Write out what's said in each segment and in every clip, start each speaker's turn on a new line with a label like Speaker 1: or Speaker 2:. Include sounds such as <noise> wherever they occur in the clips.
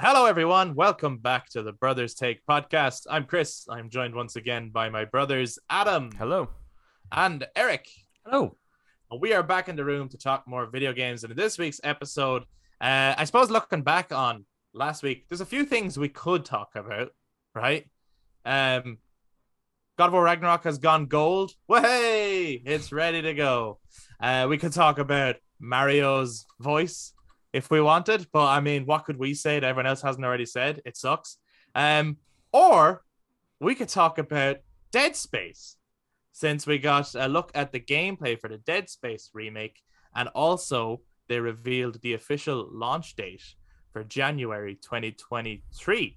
Speaker 1: Hello, everyone. Welcome back to the Brothers Take podcast. I'm Chris. I'm joined once again by my brothers, Adam
Speaker 2: Hello.
Speaker 1: and Eric.
Speaker 3: Hello.
Speaker 1: And we are back in the room to talk more video games. And in this week's episode, uh, I suppose looking back on last week, there's a few things we could talk about, right? Um, God of War Ragnarok has gone gold. Way, it's ready to go. Uh, we could talk about Mario's voice if we wanted, but I mean, what could we say that everyone else hasn't already said? It sucks. Um, or we could talk about Dead Space since we got a look at the gameplay for the Dead Space remake, and also they revealed the official launch date for January 2023.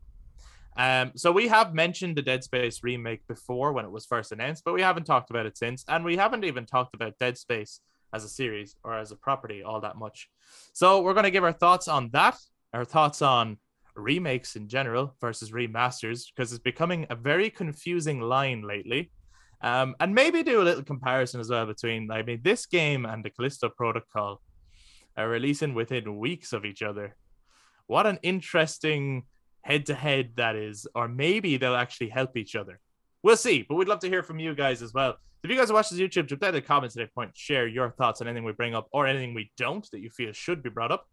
Speaker 1: Um, so we have mentioned the Dead Space remake before when it was first announced, but we haven't talked about it since, and we haven't even talked about Dead Space as a series or as a property all that much. So we're going to give our thoughts on that, our thoughts on remakes in general versus remasters, because it's becoming a very confusing line lately. Um, and maybe do a little comparison as well between, I mean, this game and the Callisto Protocol are releasing within weeks of each other. What an interesting head to head that is. Or maybe they'll actually help each other. We'll see, but we'd love to hear from you guys as well. If you guys are watching this YouTube, drop down in the comments at any point. Share your thoughts on anything we bring up or anything we don't that you feel should be brought up.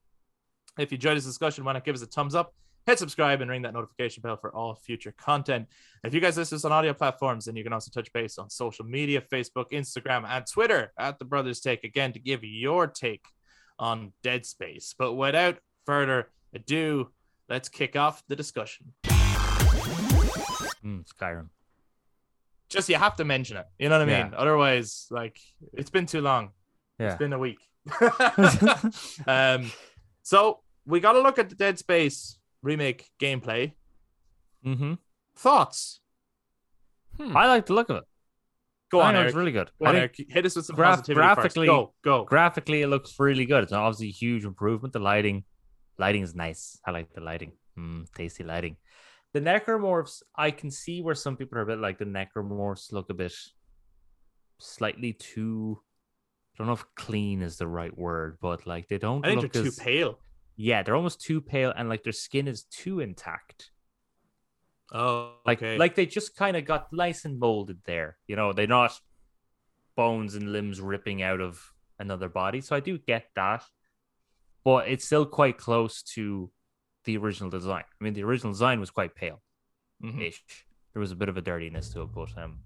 Speaker 1: If you enjoyed this discussion, why not give us a thumbs up, hit subscribe, and ring that notification bell for all future content. If you guys listen to us on audio platforms, then you can also touch base on social media Facebook, Instagram, and Twitter at The Brothers Take again to give your take on Dead Space. But without further ado, let's kick off the discussion.
Speaker 3: Mm,
Speaker 1: <laughs>
Speaker 3: Skyrim.
Speaker 1: Just you have to mention it. You know what I mean?
Speaker 2: Yeah.
Speaker 1: Otherwise, like, it's been too long.
Speaker 2: Yeah.
Speaker 1: It's been a
Speaker 3: <laughs>
Speaker 1: week. <laughs>
Speaker 3: Mm-hmm.
Speaker 1: um, so we got to look at the Dead Space remake gameplay.
Speaker 3: Mm-hmm.
Speaker 1: Thoughts?
Speaker 3: I like the look of it.
Speaker 1: Go
Speaker 3: I
Speaker 1: on,
Speaker 3: know
Speaker 1: Eric.
Speaker 3: it's really good.
Speaker 1: Go
Speaker 3: I
Speaker 1: on,
Speaker 3: think
Speaker 1: Eric. Hit us with some
Speaker 3: graph-
Speaker 1: positivity first.
Speaker 3: graphically-
Speaker 1: Go, go.
Speaker 3: graphically it looks really good. It's an obviously a huge improvement. The lighting, lighting is nice. I like the lighting. Mm, tasty lighting. The necromorphs, I can see where some people are a bit like the necromorphs look a bit slightly too. I don't know if clean is the right word, but like they don't
Speaker 1: I think
Speaker 3: look
Speaker 1: they're too
Speaker 3: as
Speaker 1: pale.
Speaker 3: yeah, they're almost too pale, and like their skin is too intact.
Speaker 1: Oh,
Speaker 3: like
Speaker 1: okay.
Speaker 3: like they just kind of got nice and molded there you know they're not bones and limbs ripping out of another body so i do get that but it's still quite close to the original design i mean the original design was quite pale
Speaker 1: Mhm.
Speaker 3: ish there was a bit of a dirtiness to it but um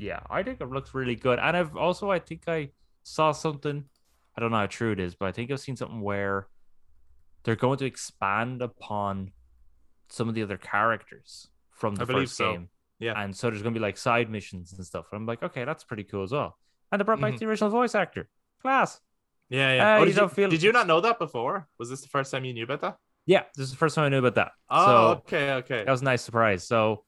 Speaker 3: yeah i think it looks really good and i've also i think i saw something i don't know how true it is but i think i've seen something where they're going to expand upon some of the other characters from the
Speaker 1: I believe
Speaker 3: first
Speaker 1: so.
Speaker 3: game.
Speaker 1: Yeah.
Speaker 3: And so there's going to be like side missions and stuff. And I'm like, okay, that's pretty cool as well. And they brought back
Speaker 1: Mhm.
Speaker 3: the original voice actor. Class.
Speaker 1: yeah, yeah.
Speaker 3: Uh,
Speaker 1: oh,
Speaker 3: you
Speaker 1: did, you,
Speaker 3: don't feel-
Speaker 1: did you not know that before? Was this the first time you knew about that?
Speaker 3: Yeah, this is the first time I knew about that.
Speaker 1: Oh,
Speaker 3: so
Speaker 1: okay, okay.
Speaker 3: that was a nice surprise. So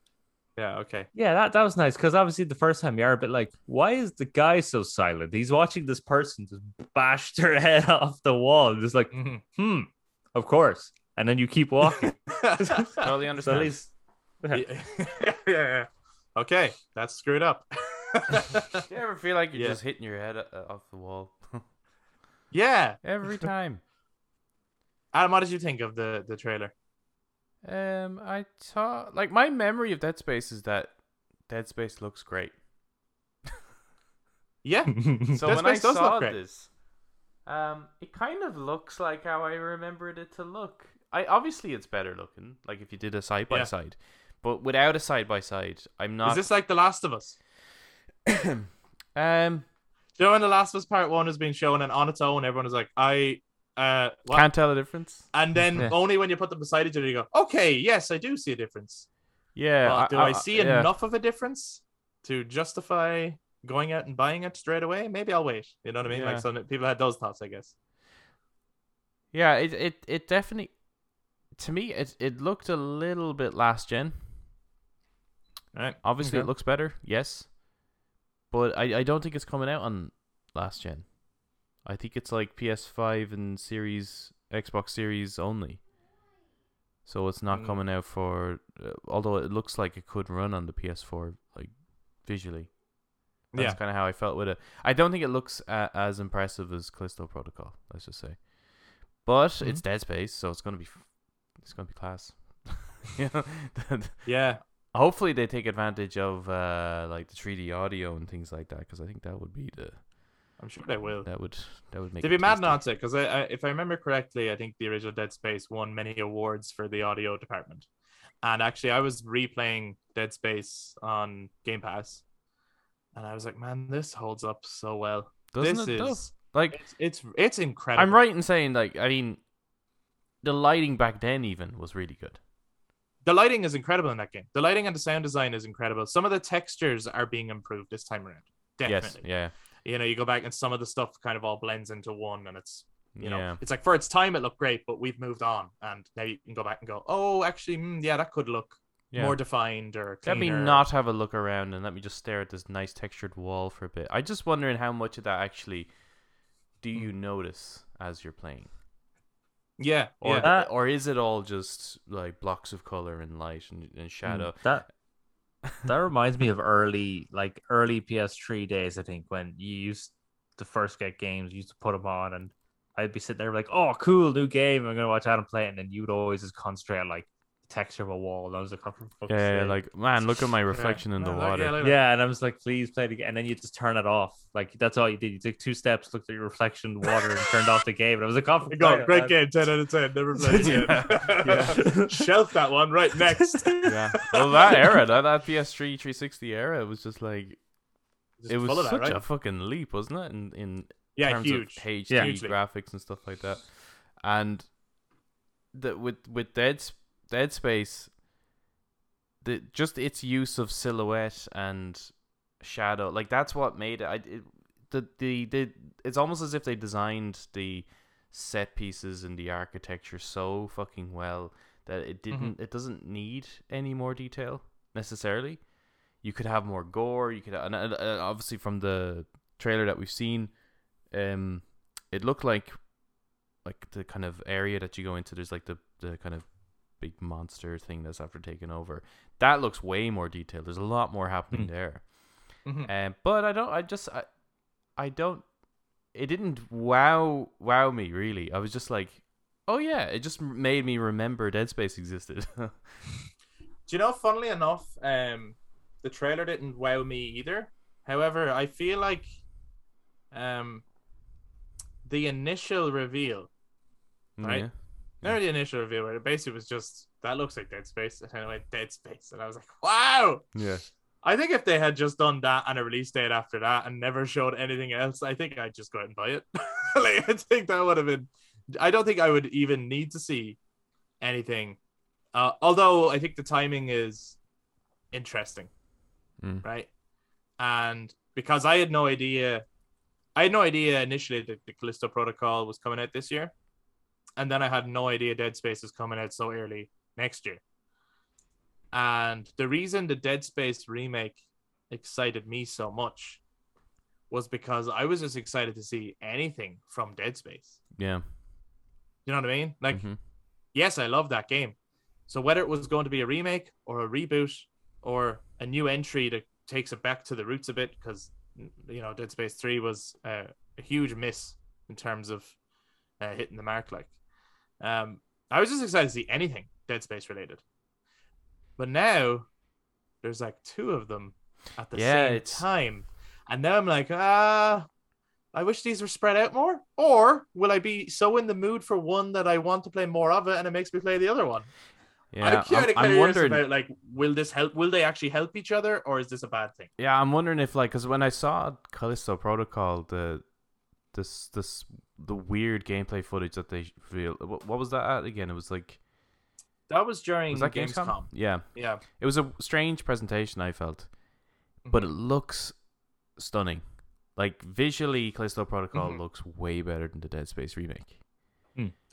Speaker 1: Yeah, okay.
Speaker 3: yeah, that, that was nice because obviously the first time you're a bit like, why is the guy so silent? He's watching this person just bash <laughs> their head off the wall. And just
Speaker 1: <laughs>
Speaker 3: like,
Speaker 1: Mhm.
Speaker 3: hmm, of course. And then you keep walking.
Speaker 2: Totally
Speaker 3: so at
Speaker 2: understand.
Speaker 3: least <laughs>
Speaker 1: yeah, <laughs> yeah, yeah. Okay, that's screwed up.
Speaker 2: Do you ever feel like you're
Speaker 1: Yeah.
Speaker 2: just hitting your head uh, off the wall <laughs>
Speaker 1: yeah, <laughs>
Speaker 2: every time?
Speaker 1: Adam, what did you think of the the trailer?
Speaker 2: Um, I thought like my memory of Dead Space is that Dead Space
Speaker 1: <laughs>
Speaker 2: looks great.
Speaker 1: Yeah,
Speaker 2: Hmm. So
Speaker 1: Dead
Speaker 2: when
Speaker 1: Space
Speaker 2: I
Speaker 1: does look
Speaker 2: saw
Speaker 1: great.
Speaker 2: this, um, it kind of looks like how I remembered it to look. I obviously it's better looking, like if you did a side by
Speaker 1: Yeah.
Speaker 2: side, but without a side by side, I'm
Speaker 1: is
Speaker 2: not.
Speaker 1: this like The Last of Us?
Speaker 2: <coughs> um,
Speaker 1: You know when The Last of Us Part One has been shown and on its own, everyone is like, I uh, what? Uh,
Speaker 2: can't tell the difference.
Speaker 1: and then
Speaker 2: Yeah.
Speaker 1: only when you put them beside each other, you go, okay, yes, I do see a difference.
Speaker 2: Yeah, uh,
Speaker 1: But do I, see
Speaker 2: yeah.
Speaker 1: enough of a difference to justify going out and buying it straight away? Maybe I'll wait. You know what I mean?
Speaker 2: Yeah.
Speaker 1: Like some people had those thoughts, I guess.
Speaker 2: Yeah, it it it definitely to me it it looked a little bit last gen.
Speaker 1: All right.
Speaker 2: Obviously
Speaker 1: Okay.
Speaker 2: it looks better, yes. But I, I don't think it's coming out on last gen. I think it's like PS5 and series Xbox series only. So it's not
Speaker 1: Mm.
Speaker 2: coming out for uh, although it looks like it could run on the PS4 like visually. That's
Speaker 1: Yeah.
Speaker 2: kind of how I felt with it. I don't think it looks uh, as impressive as Callisto
Speaker 1: Mm-hmm.
Speaker 2: Protocol. Let's just say, but it's Dead Space, so it's gonna be, f- it's gonna be class. <laughs> You know, <laughs> that-
Speaker 1: Yeah.
Speaker 2: Hopefully, they take advantage of uh, like the 3D audio and things like that because I think that would be the
Speaker 1: I'm sure they will.
Speaker 2: that would that would make.
Speaker 1: They'd be
Speaker 2: it
Speaker 1: mad
Speaker 2: tasty.
Speaker 1: not to, because I, I, if I remember correctly, I think the original Dead Space won many awards for the audio department. And actually, I was replaying Dead Space on Game Pass, and I was like, "Man, this holds up so well.
Speaker 2: Doesn't
Speaker 1: this
Speaker 2: it
Speaker 1: is
Speaker 2: though? Like
Speaker 1: it's, it's it's incredible."
Speaker 2: I'm right in saying like I mean, the lighting back then even was really good.
Speaker 1: The lighting is incredible in that game. The lighting and the sound design is incredible. Some of the textures are being improved this time around. Definitely.
Speaker 2: Yes. Yeah.
Speaker 1: You know, you go back and some of the stuff kind of all blends into one, and it's you know
Speaker 2: yeah.
Speaker 1: it's like for its time it looked great but we've moved on and now you can go back and go oh actually mm, yeah that could look
Speaker 2: Yeah.
Speaker 1: more defined or
Speaker 2: Let me
Speaker 1: cleaner."
Speaker 2: not have a look around and let me just stare at this nice textured wall for a bit. I just wondering how much of that actually do
Speaker 1: Mm.
Speaker 2: you notice as you're playing,
Speaker 1: yeah
Speaker 2: or
Speaker 1: yeah
Speaker 3: That-
Speaker 2: or is it all just like blocks of color and light and, and shadow?
Speaker 3: Mm, That
Speaker 2: <laughs>
Speaker 3: that reminds me of early, like early PS3 days. I think when you used to first get games, you used to put them on, and I'd be sitting there like, "Oh, cool, new game! I'm gonna watch Adam play," it. and then you'd always just concentrate on like the texture of a wall, and I was like, oh, for fuck's
Speaker 2: Yeah,
Speaker 3: sake."
Speaker 2: like man, look at my reflection in
Speaker 1: No,
Speaker 2: the
Speaker 1: like,
Speaker 2: water.
Speaker 1: yeah, like that.
Speaker 3: Yeah, and I was like, please play it again. And then you just turn it off. Like that's all you did. You took two steps, looked at your reflection in the water, and turned off the game. And I was like,
Speaker 2: <laughs>
Speaker 3: oh, for
Speaker 1: Go,
Speaker 3: fuck's
Speaker 1: great
Speaker 3: sake."
Speaker 1: game 10 out of 10 never played it <laughs> again. shelf that one right
Speaker 2: <laughs>
Speaker 1: next <laughs>
Speaker 2: yeah. Well, that era, that, that PS3 360 era, was just like
Speaker 1: Just
Speaker 2: it was
Speaker 1: full of that,
Speaker 2: such
Speaker 1: right?
Speaker 2: a fucking leap, wasn't it? In in
Speaker 1: yeah
Speaker 2: terms
Speaker 1: huge
Speaker 2: of HD
Speaker 3: Yeah.
Speaker 1: Hugely.
Speaker 2: graphics and stuff like that, and the with with Dead S- Dead Space, the just its use of silhouette and shadow, like that's what made it. I, it the, the the it's almost as if they designed the set pieces and the architecture so fucking well that it didn't it doesn't need any more detail necessarily you could have more gore you could and, and, and obviously from the trailer that we've seen um it looked like like the kind of area that you go into there's like the the kind of big monster thing that's after taking over that looks way more detailed there's a lot more happening
Speaker 3: Mhm.
Speaker 2: there
Speaker 1: Mhm.
Speaker 2: um, but i don't i just i i don't it didn't wow wow me really i was just like oh yeah it just made me remember dead space existed <laughs>
Speaker 1: Do you know, funnily enough, um, the trailer didn't wow me either. However, I feel like um, the initial reveal, Right.
Speaker 2: yeah.
Speaker 1: not the initial reveal, but it basically was just that looks like Dead Space, and then it went Dead Space, and I was like, wow.
Speaker 2: yeah
Speaker 1: I think if they had just done that and a release date after that and never showed anything else, I think I'd just go out and buy it. <laughs> like I think that would have been. I don't think I would even need to see anything. Uh, although I think the timing is interesting,
Speaker 2: Mm.
Speaker 1: right? And because I had no idea, I had no idea initially that the Callisto Protocol was coming out this year, and then I had no idea Dead Space was coming out so early next year. And the reason the Dead Space remake excited me so much was because I was just excited to see anything from Dead Space.
Speaker 2: yeah
Speaker 1: You know what I mean? Like,
Speaker 2: Mhm.
Speaker 1: yes, I love that game. So whether it was going to be a remake or a reboot or a new entry that takes it back to the roots a bit, because you know Dead Space Three was uh, a huge miss in terms of uh, hitting the mark. Like, um, I was just excited to see anything Dead Space related. But now there's like two of them at the
Speaker 2: Yeah,
Speaker 1: same
Speaker 2: it's-
Speaker 1: time, and now I'm like, ah, I wish these were spread out more. Or will I be so in the mood for one that I want to play more of it and it makes me play the other one?
Speaker 2: yeah
Speaker 1: I'm, kinda
Speaker 2: i'm, I'm
Speaker 1: curious
Speaker 2: wondering
Speaker 1: about like, will this help? Will they actually help each other, or is this a bad thing?
Speaker 2: Yeah, I'm wondering if like because when I saw Callisto Protocol, the this this the weird gameplay footage that they revealed. What, what was that at again? It was like
Speaker 1: That was during
Speaker 2: was that
Speaker 1: Gamescom.
Speaker 2: Gamescom? Yeah,
Speaker 1: Yeah,
Speaker 2: it was a strange presentation. I felt, but it looks stunning. Like visually, Callisto Protocol
Speaker 1: Mhm.
Speaker 2: looks way better than the Dead Space remake.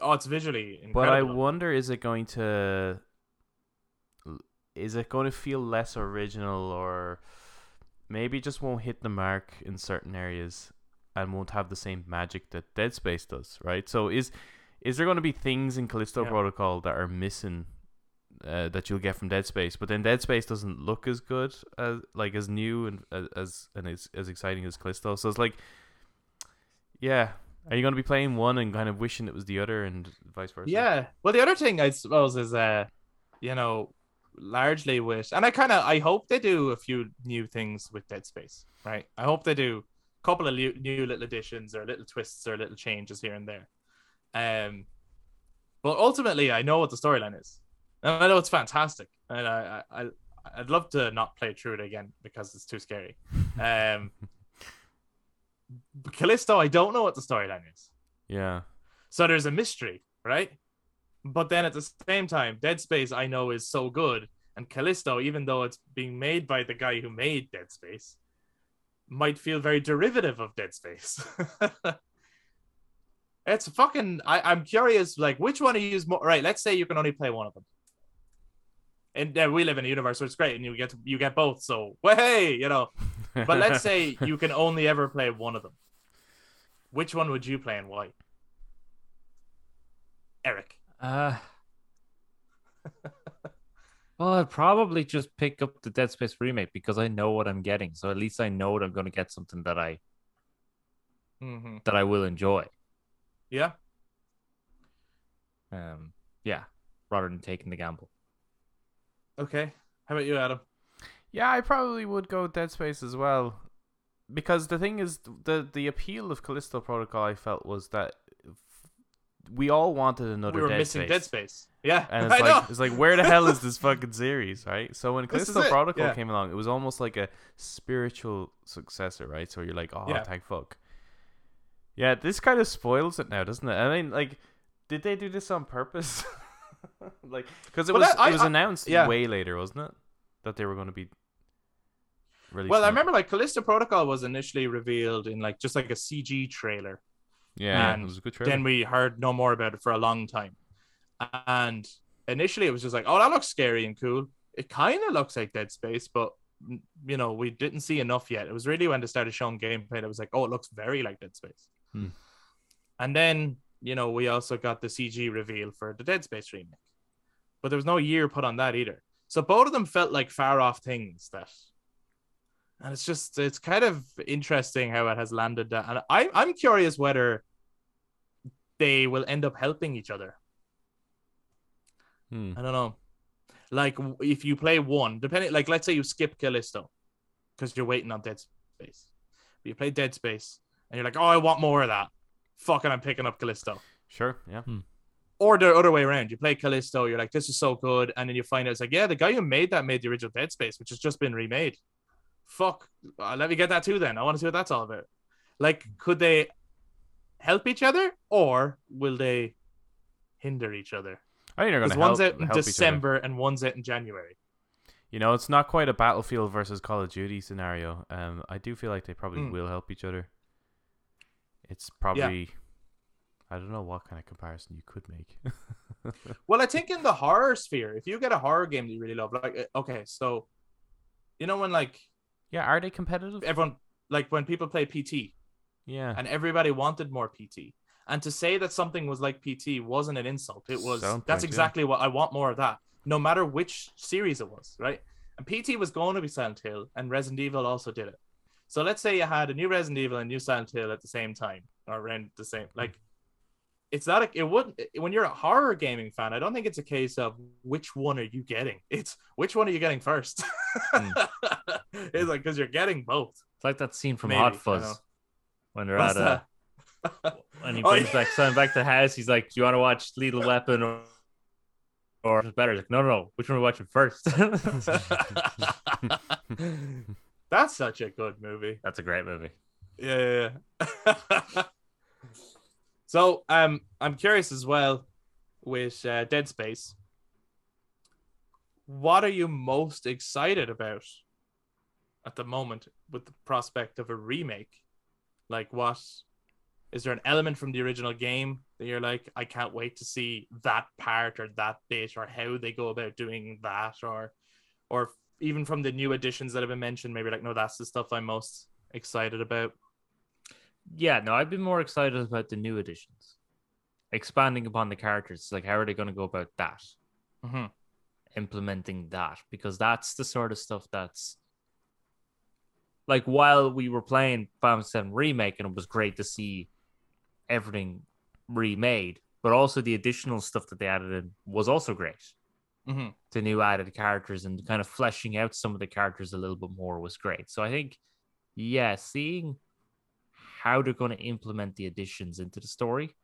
Speaker 1: oh, it's visually incredible.
Speaker 2: But I wonder, is it going to, is it going to feel less original, or maybe just won't hit the mark in certain areas, and won't have the same magic that Dead Space does, right? So is, is there going to be things in Callisto
Speaker 1: Yeah.
Speaker 2: Protocol that are missing? Uh, that you'll get from Dead Space, but then Dead Space doesn't look as good as like as new and as- as and as, as exciting as Callisto. So it's like, yeah, are you going to be playing one and kind of wishing it was the other and vice versa?
Speaker 1: Yeah. Well, the other thing I suppose is uh, you know, largely with, and I kind of I hope they do a few new things with Dead Space, right? I hope they do a couple of new, new little additions or little twists or little changes here and there. Um, but ultimately, I know what the storyline is, and I know it's fantastic, and I I, I I'd love to not play through it again because it's too scary. Um, but Callisto, I don't know what the storyline is.
Speaker 2: Yeah.
Speaker 1: So there's a mystery, right? But then at the same time, Dead Space I know is so good, and Callisto, even though it's being made by the guy who made Dead Space, might feel very derivative of Dead Space. <laughs> it's fucking. I, I'm curious, like which one to use more. Right, let's say you can only play one of them, and uh, we live in a universe where it's great, and you get to, you get both. So hey, you know. <laughs> But let's say you can only ever play one of them. Which one would you play and why? Eric.
Speaker 3: Uh, <laughs> well, I'd probably just pick up the Dead Space remake because I know what I'm getting. So at least I know that I'm going to get something that I
Speaker 1: Mm-hmm.
Speaker 3: that I will enjoy.
Speaker 1: Yeah.
Speaker 3: Um, yeah, rather than taking the gamble.
Speaker 1: Okay. How about you, Adam?
Speaker 2: Yeah, I probably would go with Dead Space as well, because the thing is, the the appeal of Callisto Protocol I felt was that we all wanted another
Speaker 1: we were
Speaker 2: Dead
Speaker 1: missing
Speaker 2: Space.
Speaker 1: Dead Space. Yeah.
Speaker 2: And
Speaker 1: <laughs>
Speaker 2: it's
Speaker 1: I
Speaker 2: like
Speaker 1: know.
Speaker 2: it's like where the hell is this fucking series, right? So when
Speaker 1: <laughs> This is
Speaker 2: Callisto
Speaker 1: it,
Speaker 2: Protocol
Speaker 1: yeah.
Speaker 2: came along, it was almost like a spiritual successor, right? So you're like, oh,
Speaker 1: Yeah.
Speaker 2: thank fuck. Yeah, this kind of spoils it now, doesn't it? I mean, like, did they do this on purpose? <laughs> like, because it
Speaker 1: Well,
Speaker 2: was
Speaker 1: that- I-
Speaker 2: it was
Speaker 1: I-
Speaker 2: announced
Speaker 1: yeah.
Speaker 2: way later, wasn't it? That they were going to be. Releasing
Speaker 1: Well, I
Speaker 2: it.
Speaker 1: remember like Callisto Protocol was initially revealed in like just like a CG trailer.
Speaker 2: Yeah,
Speaker 1: and
Speaker 2: it was a good trailer.
Speaker 1: Then we heard no more about it for a long time. And initially it was just like, oh, that looks scary and cool. It kind of looks like Dead Space, but mm, you know, we didn't see enough yet. It was really when they started showing gameplay that was like, oh, it looks very like Dead Space.
Speaker 2: Hmm.
Speaker 1: And then, you know, we also got the CG reveal for the Dead Space remake. But there was no year put on that either. So both of them felt like far off things that and it's just it's kind of interesting how it has landed that and I, i'm curious whether they will end up helping each other
Speaker 2: Hmm.
Speaker 1: i don't know like w- if you play one depending like let's say you skip callisto because you're waiting on dead space but you play dead space and you're like oh i want more of that fucking i'm picking up callisto
Speaker 2: Sure. Yeah.
Speaker 1: or the other way around. You play Callisto, you're like, this is so good. And then you find out it's like, yeah, the guy who made that made the original Dead Space, which has just been remade. Fuck. Uh, let me get that too then. I want to see what that's all about. Like, could they help each other or will they hinder each other?
Speaker 2: I think they're going
Speaker 1: Because
Speaker 2: to
Speaker 1: one's
Speaker 2: help,
Speaker 1: out in
Speaker 2: help each other.
Speaker 1: December and one's out in January.
Speaker 2: You know, it's not quite a Battlefield versus Call of Duty scenario. Um, I do feel like they probably
Speaker 1: Hmm.
Speaker 2: will help each other. It's probably, I don't know what kind of comparison you could make. <laughs>
Speaker 1: Well, I think in the horror sphere, if you get a horror game that you really love, like, uh, okay, so, you know, when like
Speaker 2: yeah, are they competitive?
Speaker 1: everyone, like when people play PT,
Speaker 2: yeah,
Speaker 1: <laughs> and everybody wanted more PT. And to say that something was like PT wasn't an insult. It was
Speaker 2: Sound
Speaker 1: that's
Speaker 2: point, yeah.
Speaker 1: exactly what I want more of that, no matter which series it was, right? And PT was going to be Silent Hill, and Resident Evil also did it. So let's say you had a new Resident Evil and a new Silent Hill at the same time, or around the same. Like, it's not. A, it wouldn't. When you're a horror gaming fan, I don't think it's a case of which one are you getting. It's which one are you getting first.
Speaker 3: Mm.
Speaker 1: <laughs> it's like because you're getting both.
Speaker 3: It's like that scene from
Speaker 1: Maybe, I
Speaker 3: Hot
Speaker 1: know.
Speaker 3: Fuzz when they're
Speaker 1: What's
Speaker 3: at a,
Speaker 1: that?
Speaker 3: and he
Speaker 1: Oh,
Speaker 3: brings
Speaker 1: yeah.
Speaker 3: back son back to the house. He's like, "Do you want to watch Lethal Weapon or or better?" He's like, "No, no, no. Which one are we watching
Speaker 1: <laughs>
Speaker 3: first? <laughs>
Speaker 1: That's such a good movie.
Speaker 3: That's a great movie.
Speaker 1: Yeah. yeah, yeah. <laughs> so, um, I'm curious as well with uh, Dead Space. What are you most excited about at the moment with the prospect of a remake? Like, what is there an element from the original game that you're like, I can't wait to see that part or that bit or how they go about doing that, or, or even from the new additions that have been mentioned, maybe like, no, that's the stuff I'm most excited about.
Speaker 3: Yeah, no, I've been more excited about the new additions, expanding upon the characters. Like, how are they going to go about that? implementing that because that's the sort of stuff that's like while we were playing Final 7 remake and it was great to see everything remade but also the additional stuff that they added in was also great
Speaker 1: Mhm.
Speaker 3: the new added characters and kind of fleshing out some of the characters a little bit more was great. So I think, yeah, seeing how they're going to implement the additions into the story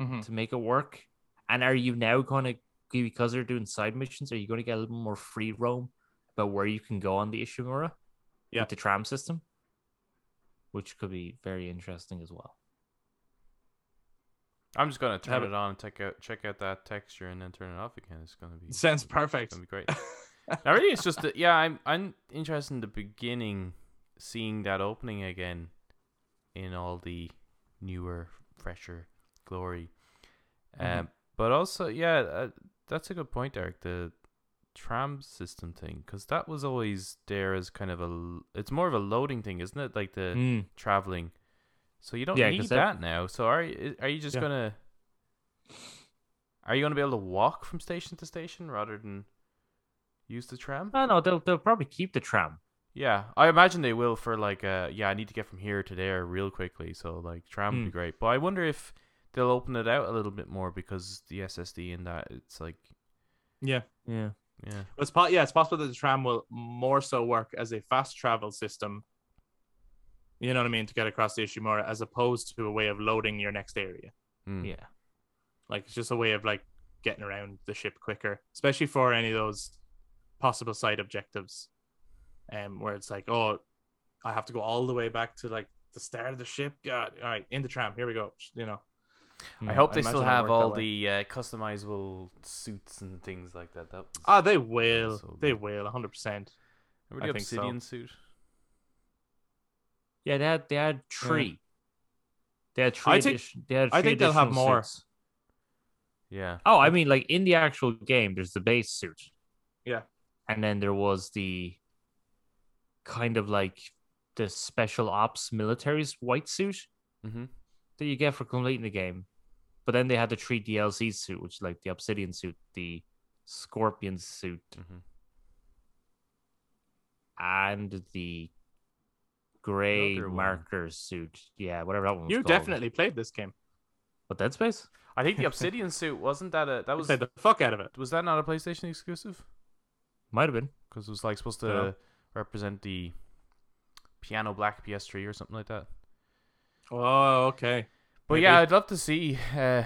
Speaker 1: Mhm.
Speaker 3: to make it work. And are you now going to, because they're doing side missions, are you going to get a little more free roam about where you can go on the Ishimura
Speaker 1: Yeah.
Speaker 3: with the tram system? Which could be very interesting as well.
Speaker 2: I'm just gonna turn
Speaker 1: but-
Speaker 2: it on and check out check out that texture and then turn it off again. It's gonna be
Speaker 1: Sounds
Speaker 2: It's
Speaker 1: perfect.
Speaker 2: gonna be great. now, really, it's just that, yeah, I'm I'm interested in the beginning, seeing that opening again, in all the newer, fresher glory.
Speaker 1: Mm-hmm.
Speaker 2: Um, but also, yeah, uh, that's a good point, Eric. The tram system thing, because that was always there as kind of a, l- it's more of a loading thing, isn't it? Like the
Speaker 1: Hmm.
Speaker 3: Mm.
Speaker 2: traveling. So you don't
Speaker 3: Yeah,
Speaker 2: need
Speaker 3: 'cause that-
Speaker 2: that now. So are y- are you just
Speaker 1: Yeah.
Speaker 2: gonna are you gonna be able to walk from station to station rather than use the tram?
Speaker 3: No, no, they'll, they'll probably keep the tram.
Speaker 2: Yeah, I imagine they will for like uh yeah I need to get from here to there real quickly. So like tram
Speaker 1: Hmm.
Speaker 2: would be
Speaker 3: Mm.
Speaker 2: great, but I wonder if they'll open it out a little bit more because the SSD in that it's like
Speaker 1: yeah.
Speaker 3: Yeah.
Speaker 2: yeah
Speaker 1: It's po- yeah, it's possible that the tram will more so work as a fast travel system. You know what I mean to get across the Ishimura, as opposed to a way of loading your next area. Hmm.
Speaker 2: mm.
Speaker 3: Yeah.
Speaker 1: Like it's just a way of like getting around the ship quicker, especially for any of those possible side objectives, um, where it's like, oh, I have to go all the way back to like the start of the ship. Yeah, all right, in the tram. Here we go. You know,
Speaker 2: I
Speaker 3: Mm.
Speaker 2: hope
Speaker 1: Hmm. I
Speaker 2: they
Speaker 1: imagine it'll
Speaker 2: still have
Speaker 1: work
Speaker 2: all
Speaker 1: that
Speaker 2: the uh, customizable suits and things like that. That was,
Speaker 1: ah, they will,
Speaker 2: So
Speaker 1: they
Speaker 2: good.
Speaker 1: will, hundred percent. I
Speaker 2: remember the
Speaker 1: think so.
Speaker 2: obsidian suit.
Speaker 3: Yeah, they had, they had three. They had three.
Speaker 1: I think-
Speaker 3: addition- they had
Speaker 1: I
Speaker 3: three
Speaker 1: think they'll have
Speaker 3: additional
Speaker 1: more.
Speaker 3: suits.
Speaker 2: Yeah,
Speaker 3: Oh, I mean, like in the actual game, there's the base suit.
Speaker 1: Yeah.
Speaker 3: And then there was the kind of like the special ops military's white suit
Speaker 2: mm-hmm.
Speaker 3: that you get for completing the game. But then they had the three DLC suit, which is like the obsidian suit, the scorpion suit,
Speaker 2: Mm-hmm.
Speaker 3: and the gray
Speaker 2: Another one.
Speaker 3: marker suit. Yeah, whatever that one was
Speaker 1: You
Speaker 3: called.
Speaker 1: definitely played this game.
Speaker 3: But Dead Space?
Speaker 1: <laughs>
Speaker 2: I think the obsidian suit wasn't that a that
Speaker 1: I
Speaker 2: was
Speaker 1: played the fuck out of it.
Speaker 2: was that not a PlayStation exclusive?
Speaker 3: Might have been.
Speaker 2: Because it was like supposed to
Speaker 1: Dunno.
Speaker 2: represent the piano black PS3 or something like that.
Speaker 1: Oh, okay.
Speaker 2: But
Speaker 1: Maybe.
Speaker 2: yeah, I'd love to see. Uh,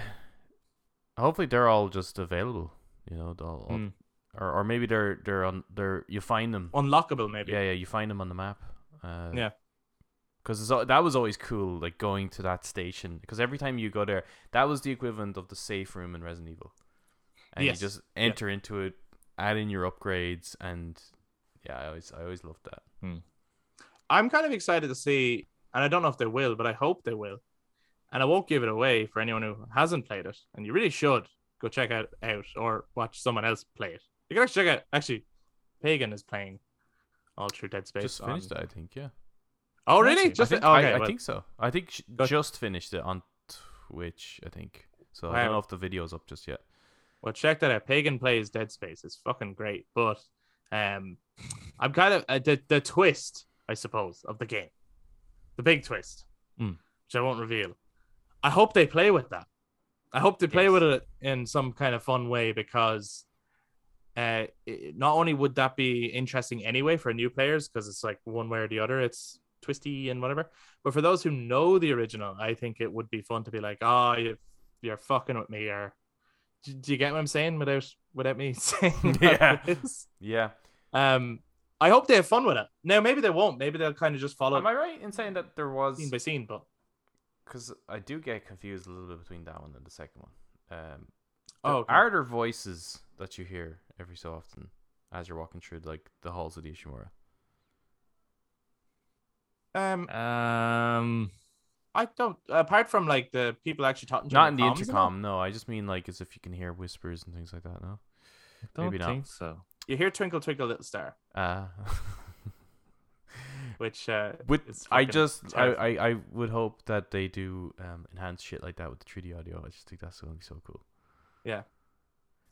Speaker 2: hopefully, they're all just available. You know, they'll, all-
Speaker 1: Hmm.
Speaker 3: Mm.
Speaker 2: or or maybe they're they're on they're you find them.
Speaker 1: Unlockable, maybe.
Speaker 2: Yeah, yeah, you find them on the map. Uh,
Speaker 1: Yeah.
Speaker 2: Because that was always cool, like going to that station. Because every time you go there, that was the equivalent of the safe room in Resident Evil. And
Speaker 1: Yes.
Speaker 2: you just enter into it, add in your upgrades, and yeah, I always I always loved that.
Speaker 1: I'm kind of excited to see, and I don't know if they will, but I hope they will. And I won't give it away for anyone who hasn't played it, and you really should go check it out or watch someone else play it. You can actually check out. Actually, Pagan is playing all through Dead Space.
Speaker 2: just finished
Speaker 1: on-
Speaker 2: it, I think. Yeah.
Speaker 1: Oh,
Speaker 3: I
Speaker 1: really?
Speaker 3: think-
Speaker 1: Just
Speaker 2: I think,
Speaker 1: okay.
Speaker 2: I, I
Speaker 1: well,
Speaker 2: think so. I think she
Speaker 1: Go-
Speaker 2: just finished it on Twitch. I think. So I don't
Speaker 1: Wow.
Speaker 2: know if the video's up just yet.
Speaker 1: Well, check that out. Pagan plays Dead Space. It's fucking great. But um, I'm kind of uh, the the twist, I suppose, of the game, the big twist,
Speaker 3: Mm.
Speaker 1: which I won't reveal. I hope they play with that. I hope they play
Speaker 3: Yes.
Speaker 1: with it in some kind of fun way because uh, it, not only would that be interesting anyway for new players because it's like one way or the other, it's twisty and whatever. But for those who know the original, I think it would be fun to be like, oh, you, you're fucking with me, or do, do you get what I'm saying without without me <laughs>
Speaker 2: <laughs>
Speaker 1: saying? what
Speaker 2: Yeah.
Speaker 1: it is?
Speaker 2: Yeah.
Speaker 1: Um, I hope they have fun with it. Now, maybe they won't. Maybe they'll kind of just follow
Speaker 2: Am I right in saying that there was?
Speaker 1: scene by scene. But
Speaker 2: Because I do get confused a little bit between that one and the second one. Um,
Speaker 1: oh,
Speaker 2: there
Speaker 1: okay.
Speaker 2: are there voices that you hear every so often as you're walking through like the halls of the Ishimura?
Speaker 1: um,
Speaker 3: Um,
Speaker 1: I don't. Apart from like the people actually talking, to
Speaker 2: Not
Speaker 1: you comms
Speaker 2: in the
Speaker 1: and all,
Speaker 2: intercom. No, I just mean like as if you can hear whispers and things like that. No.
Speaker 3: don't
Speaker 2: Maybe not.
Speaker 3: think so.
Speaker 1: You hear "Twinkle Twinkle Little Star,"
Speaker 2: Uh, <laughs>
Speaker 1: which uh,
Speaker 2: with
Speaker 1: It's
Speaker 2: I
Speaker 1: fucking
Speaker 2: just I, I
Speaker 1: terrifying.
Speaker 2: I would hope that they do um enhance shit like that with the 3D audio. I just think that's gonna be so cool.
Speaker 1: yeah,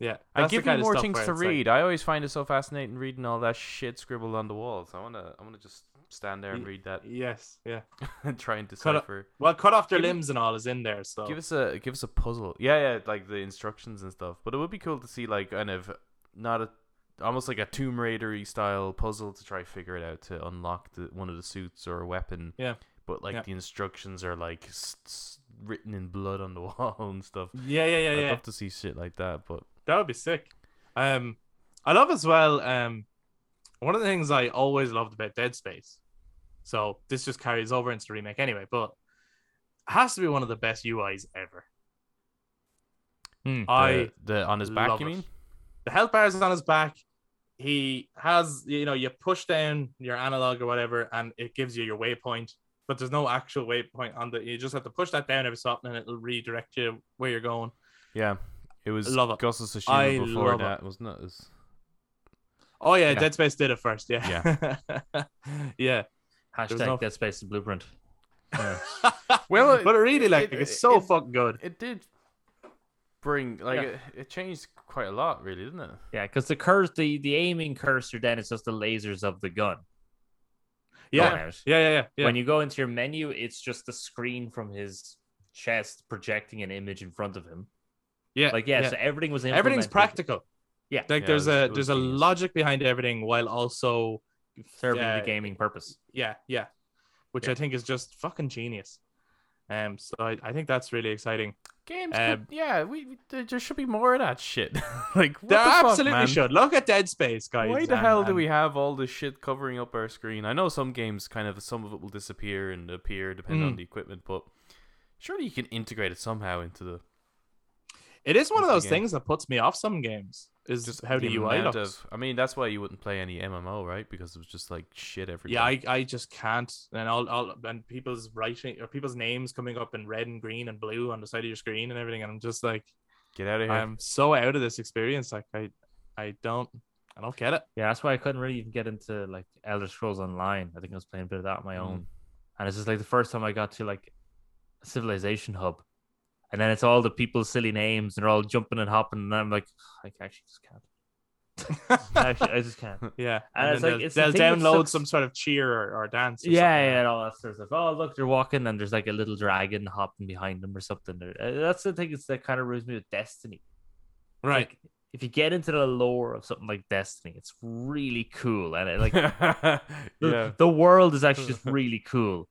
Speaker 2: And
Speaker 1: that's the
Speaker 2: give me
Speaker 1: kind of
Speaker 2: more
Speaker 1: stuff
Speaker 2: things
Speaker 1: where
Speaker 2: to
Speaker 1: it's like-
Speaker 2: read. I always find it so fascinating reading all that shit scribbled on the walls. I wanna I wanna just stand there and
Speaker 1: Y-
Speaker 2: read that
Speaker 1: yes, yeah.
Speaker 2: <laughs> and try and
Speaker 1: Cut up-
Speaker 2: decipher.
Speaker 1: Well, cut off their
Speaker 2: Give me-
Speaker 1: limbs and all is in there. So
Speaker 2: Give us a give us a puzzle. Yeah, yeah, like the instructions and stuff. But it would be cool to see like kind of not a almost like a Tomb Raidery style puzzle to try figure it out to unlock the, one of the suits or a weapon.
Speaker 1: Yeah.
Speaker 2: But like
Speaker 1: Yeah.
Speaker 2: the instructions are like s- s- written in blood on the <laughs> wall and stuff.
Speaker 1: Yeah, yeah, yeah,
Speaker 2: I'd
Speaker 1: yeah.
Speaker 2: love to see shit like that, but
Speaker 1: That would be sick. Um, I love as well. Um, one of the things I always loved about Dead Space, so this just carries over into the remake anyway, but it has to be one of the best UIs ever.
Speaker 3: Hmm.
Speaker 1: I
Speaker 2: the, the on his back,
Speaker 1: love
Speaker 2: you
Speaker 1: it.
Speaker 2: mean?
Speaker 1: the health bar is on his back. He has, you know, you push down your analog or whatever, and it gives you your waypoint. But there's no actual waypoint on the. You just have to push that down every so often, and it'll redirect you where you're going.
Speaker 2: Yeah, it was
Speaker 1: Love it.
Speaker 2: Ghost of Tsushima
Speaker 1: I
Speaker 2: before
Speaker 1: love it.
Speaker 2: that, wasn't it? It was-
Speaker 1: Oh yeah,
Speaker 3: Yeah.
Speaker 1: Dead Space did it first. Yeah, yeah, <laughs> yeah.
Speaker 3: Hashtag
Speaker 1: no-
Speaker 3: Dead Space Blueprint. Yeah.
Speaker 2: Well, it-
Speaker 1: but I really like
Speaker 2: it-
Speaker 1: it, it's so
Speaker 2: it-
Speaker 1: fucking good.
Speaker 2: It did bring like
Speaker 3: Yeah.
Speaker 2: it, it changed quite a lot, really, didn't it?
Speaker 3: Yeah, because the curse, the the aiming cursor, then it's just the lasers of the gun.
Speaker 1: Yeah,
Speaker 3: going out.
Speaker 1: yeah, yeah, yeah. yeah.
Speaker 3: When you go into your menu, it's just the screen from his chest projecting an image in front of him.
Speaker 1: yeah,
Speaker 3: Like yeah, so everything was
Speaker 1: everything's
Speaker 3: implemented.
Speaker 1: practical.
Speaker 3: Yeah.
Speaker 1: like
Speaker 2: Yeah,
Speaker 1: there's
Speaker 2: it was-
Speaker 1: a
Speaker 2: it was
Speaker 1: there's a
Speaker 2: genius.
Speaker 1: logic behind everything while also
Speaker 3: serving
Speaker 1: Yeah.
Speaker 3: the gaming purpose.
Speaker 1: yeah, yeah, which
Speaker 3: Yeah.
Speaker 1: I think is just fucking genius. Um, so I, I think that's really exciting.
Speaker 2: Games,
Speaker 1: Um,
Speaker 2: could, yeah, we, we- there, there should be more of that shit. <laughs> like, what
Speaker 1: there
Speaker 2: the fuck,
Speaker 1: absolutely
Speaker 2: man?
Speaker 1: should look at Dead Space, guys.
Speaker 2: Why the
Speaker 1: and-
Speaker 2: hell do
Speaker 1: and-
Speaker 2: we have all this shit covering up our screen? I know some games kind of some of it will disappear and appear depending
Speaker 1: Mm.
Speaker 2: on the equipment, but surely you can integrate it somehow into the
Speaker 1: It is one of those
Speaker 2: Once again.
Speaker 1: things that puts me off some games. Is just how
Speaker 2: the
Speaker 1: do you?
Speaker 2: amount of- I mean, that's why you wouldn't play any MMO, right? Because it was just like shit everywhere.
Speaker 1: Yeah, I, I just can't. And all, all and people's writing or people's names coming up in red and green and blue on the side of your screen and everything. And I'm just like,
Speaker 2: get out of here.
Speaker 1: I'm so out of this experience. Like I, I don't, I don't
Speaker 3: <laughs>
Speaker 1: get it. <laughs>
Speaker 3: Yeah, that's why I couldn't really even get into like Elder Scrolls Online. I think I was playing a bit of that on my own, and it's just like the first time I got to like Civilization Hub, and then it's all the people's silly names and they're all jumping and hopping, and I'm like, I actually just can't. Actually, I just can't.
Speaker 1: yeah,
Speaker 3: And it's
Speaker 1: then
Speaker 3: like-
Speaker 1: they'll,
Speaker 3: it's the
Speaker 1: they'll
Speaker 3: thing that
Speaker 1: download
Speaker 3: sucks.
Speaker 1: some sort of cheer or, or dance. Or
Speaker 3: yeah,
Speaker 1: something.
Speaker 3: yeah, and all that sort of stuff. Oh, look, they're walking, and there's like a little dragon hopping behind them or something. Or- uh, That's the thing it's, that kind of ruins me with Destiny.
Speaker 1: right.
Speaker 3: Like, if you get into the lore of something like Destiny, it's really cool, and
Speaker 1: <laughs>
Speaker 3: it, like the,
Speaker 2: <laughs> yeah.
Speaker 3: the world is actually just really cool.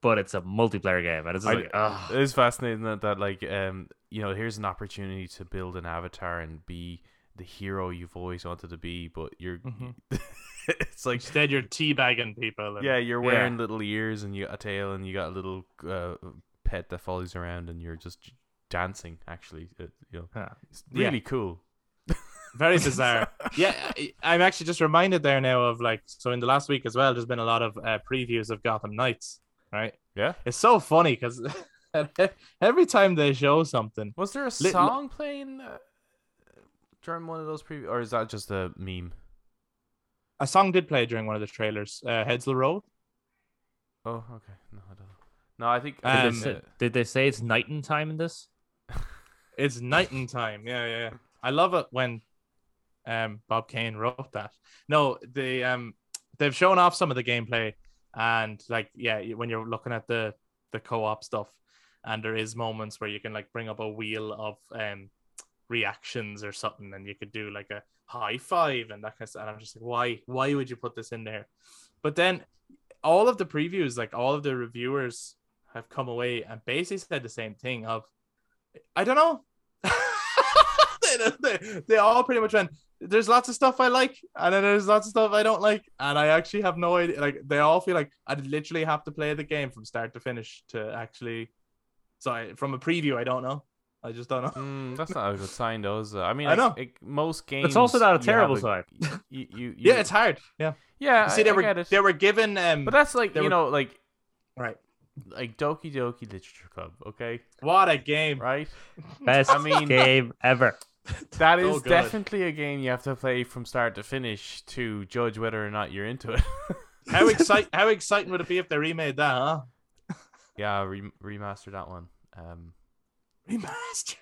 Speaker 3: But it's a multiplayer game, and it's just
Speaker 2: I-
Speaker 3: like, ah,
Speaker 2: It is fascinating that, that like um you know here's an opportunity to build an avatar and be the hero you've always wanted to be, but you're
Speaker 1: Mhm.
Speaker 2: <laughs> it's like
Speaker 1: Instead, you're teabagging people. And,
Speaker 2: yeah you're
Speaker 3: Yeah.
Speaker 2: wearing little ears and you got a tail and you got a little uh, pet that follows you around and you're just dancing actually uh, you know
Speaker 3: Yeah.
Speaker 2: it's
Speaker 1: Yeah.
Speaker 2: really cool.
Speaker 1: <laughs>
Speaker 3: <laughs>
Speaker 1: very
Speaker 2: <laughs>
Speaker 1: bizarre. yeah, I- I'm actually just reminded there now of like so in the last week as well. There's been a lot of uh, previews of Gotham Knights, right?
Speaker 2: Yeah.
Speaker 1: It's so funny because <laughs> every time they show something,
Speaker 2: Was there a
Speaker 1: Li-
Speaker 2: song playing uh, during one of those previews, or is that just a meme?
Speaker 1: a song did play during one of the trailers, uh, Headslow Road.
Speaker 2: Oh, okay. No, I don't. know. No, I think uh,
Speaker 1: Um,
Speaker 2: I
Speaker 3: did, they
Speaker 2: think
Speaker 1: Is
Speaker 3: say,
Speaker 2: it-
Speaker 3: did they say it's night in time
Speaker 1: <laughs>
Speaker 3: in this?
Speaker 1: It's night and time. Yeah, yeah, yeah. I love it when um Bob Kane wrote that. No, they um they've shown off some of the gameplay and like yeah, you- when you're looking at the the co-op stuff and there is moments where you can like bring up a wheel of um reactions or something and you could do like a high five and that kind of stuff. And I'm just like, why why would you put this in there? But then all of the previews, like all of the reviewers have come away and basically said the same thing of I don't know. <laughs> they, they, they all pretty much went. There's lots of stuff I like, and then there's lots of stuff I don't like, and I actually have no idea. Like they all feel like I'd literally have to play the game from start to finish to actually. Sorry, from a preview, I don't know. I just don't know.
Speaker 2: Mm, that's not a good sign, though. Is it? I mean,
Speaker 1: I
Speaker 2: like,
Speaker 1: know.
Speaker 2: like, most games.
Speaker 3: It's also not a
Speaker 2: you
Speaker 3: terrible
Speaker 2: have
Speaker 3: sign.
Speaker 2: a- You, you, you-
Speaker 1: <laughs> Yeah, it's hard. Yeah, You
Speaker 2: yeah. I-
Speaker 1: see, they
Speaker 2: I get
Speaker 1: were
Speaker 2: it.
Speaker 1: they were given um
Speaker 2: but that's like
Speaker 1: they
Speaker 2: you
Speaker 1: were-
Speaker 2: know, like
Speaker 1: right.
Speaker 2: like Doki Doki Literature Club. Okay,
Speaker 1: What a game!
Speaker 2: right?
Speaker 3: Best
Speaker 2: I mean-
Speaker 3: game ever.
Speaker 2: That
Speaker 1: So
Speaker 2: is
Speaker 1: good.
Speaker 2: definitely a game you have to play from start to finish to judge whether or not you're into it. <laughs>
Speaker 1: <laughs> How excite how exciting would it be if they remade that? Huh?
Speaker 2: yeah, re- remaster that one. Um,
Speaker 1: Remaster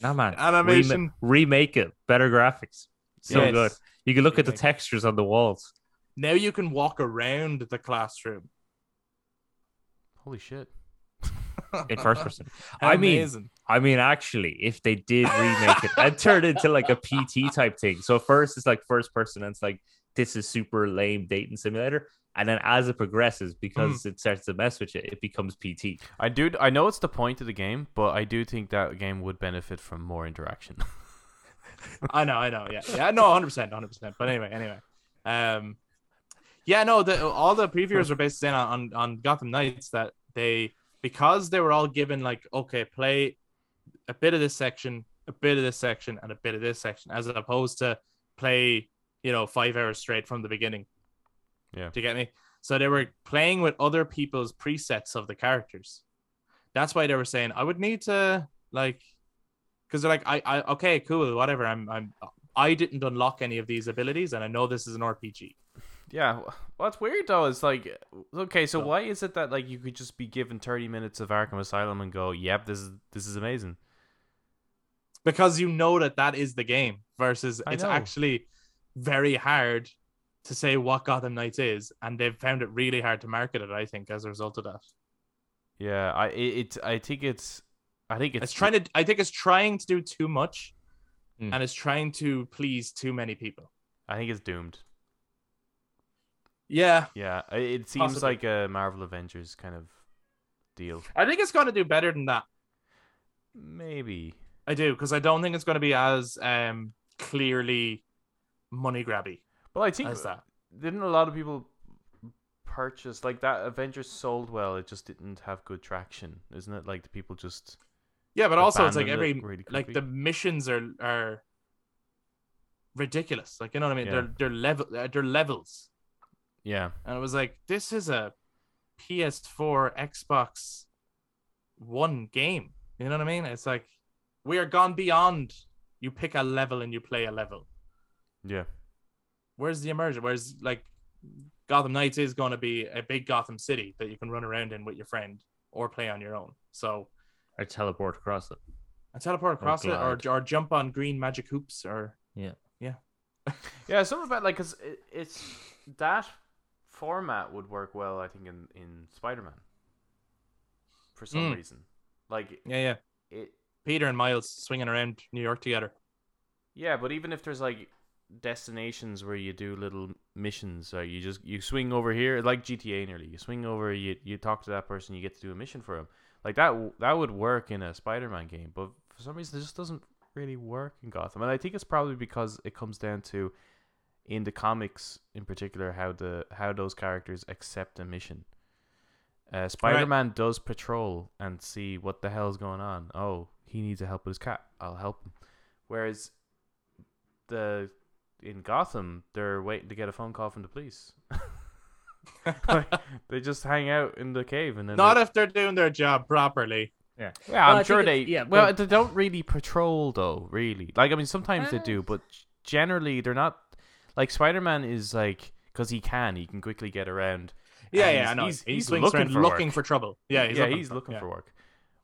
Speaker 3: No man,
Speaker 1: animation.
Speaker 3: remake it, better graphics, so
Speaker 1: Yes.
Speaker 3: good. You can look at the
Speaker 1: Remake.
Speaker 3: textures on the walls.
Speaker 1: Now you can walk around the classroom.
Speaker 2: holy shit!
Speaker 1: <laughs>
Speaker 3: in first person. I mean,
Speaker 1: Amazing.
Speaker 3: I mean, actually, if they did remake it and turn it into like a PT type thing. So first it's like first person, and it's like this is super lame dating simulator. And then as it progresses, because
Speaker 1: Hmm.
Speaker 3: it starts to mess with you, it becomes PT.
Speaker 2: I do. I know it's the point of the game, but I do think that game would benefit from more interaction. <laughs>
Speaker 1: I know, I know. Yeah, yeah. No, hundred percent, hundred percent. But anyway, anyway. Um, yeah, no. The, all the previews were based in on, on on Gotham Knights that they because they were all given like okay, play a bit of this section, a bit of this section, and a bit of this section, as opposed to play you know five hours straight from the beginning.
Speaker 2: Yeah.
Speaker 1: Do you get me? So they were playing with other people's presets of the characters. That's why they were saying I would need to like because they're like I, I okay cool whatever i'm i'm i didn't unlock any of these abilities and i know this is an rpg
Speaker 2: yeah. What's weird though is like, okay, so
Speaker 1: No.
Speaker 2: why is it that like you could just be given thirty minutes of Arkham Asylum and go, yep, this is this is amazing.
Speaker 1: because you know that that is the game versus
Speaker 2: I
Speaker 1: it's
Speaker 2: know.
Speaker 1: actually very hard to say what gotham knights is and they've found it really hard to market it i think as a result of that
Speaker 2: Yeah. I it, it's I think it's I think
Speaker 1: it's,
Speaker 2: it's,
Speaker 1: trying to i think it's trying to do too much
Speaker 2: Hmm.
Speaker 3: Mm.
Speaker 1: and it's trying to please too many people
Speaker 2: I think it's doomed.
Speaker 1: yeah
Speaker 2: Yeah. I- It seems
Speaker 1: Possibly.
Speaker 2: like a Marvel Avengers kind of deal.
Speaker 1: i think it's going to do better than that
Speaker 2: Maybe.
Speaker 1: i do because i don't think it's going to be as um clearly money grabby
Speaker 2: Well, I think
Speaker 1: as that
Speaker 2: didn't a lot of people purchase like that Avengers sold well. It just didn't have good traction, isn't it? Like the people just
Speaker 1: Yeah, but also it's like
Speaker 2: abandoned
Speaker 1: every
Speaker 2: it really
Speaker 1: like the
Speaker 2: quickly.
Speaker 1: missions are are ridiculous. Like you know what I mean?
Speaker 2: Yeah.
Speaker 1: They're they're level uh, they're levels,
Speaker 2: yeah.
Speaker 1: and it was like this is a PS4 Xbox One game. You know what I mean? It's like we are gone beyond. You pick a level and you play a level.
Speaker 2: Yeah.
Speaker 1: Where's the immersion? Where's like Gotham Knights is going to be a big Gotham City that you can run around in with your friend or play on your own. So
Speaker 3: Or teleport across it.
Speaker 1: and teleport across it or,
Speaker 3: glide.
Speaker 1: or jump on green magic hoops or
Speaker 2: Yeah, something about like because it, it's that format would work well, I think, in in Spider Man. For some
Speaker 1: Mm.
Speaker 2: reason, like
Speaker 1: yeah yeah
Speaker 2: it,
Speaker 1: peter and miles swinging around new york together
Speaker 2: yeah. But even if there's like destinations where you do little missions, or you just you swing over here, like GTA nearly. You swing over, you you talk to that person, you get to do a mission for him. Like that w- that would work in a Spider Man game, but for some reason it just doesn't really work in Gotham, and I think it's probably because it comes down to in the comics in particular how the how those characters accept a mission. Uh, Spider-Man does patrol and see what the hell's going on. Oh, he needs a help with his cat. I'll help him. Whereas the in Gotham, they're waiting to get a phone call from the <laughs> police. Like, they just hang out in the cave and then
Speaker 1: not if they're doing their job properly
Speaker 3: Yeah.
Speaker 2: yeah,
Speaker 3: Well, I
Speaker 2: I'm
Speaker 3: think
Speaker 2: sure they.
Speaker 3: it's- yeah,
Speaker 2: well,
Speaker 3: but-
Speaker 2: they don't really patrol though. Really, like I mean, sometimes they
Speaker 3: Uh.
Speaker 2: do, but generally they're not. Like Spider Man is like because he can, he can quickly get around.
Speaker 1: yeah
Speaker 2: and
Speaker 1: yeah i know
Speaker 2: He's,
Speaker 1: he
Speaker 2: he's
Speaker 1: swings
Speaker 2: looking
Speaker 1: around
Speaker 2: for
Speaker 1: looking
Speaker 2: work.
Speaker 1: for trouble yeah he's
Speaker 2: yeah,
Speaker 1: looking,
Speaker 2: he's
Speaker 1: for,
Speaker 2: looking
Speaker 1: yeah.
Speaker 2: for work.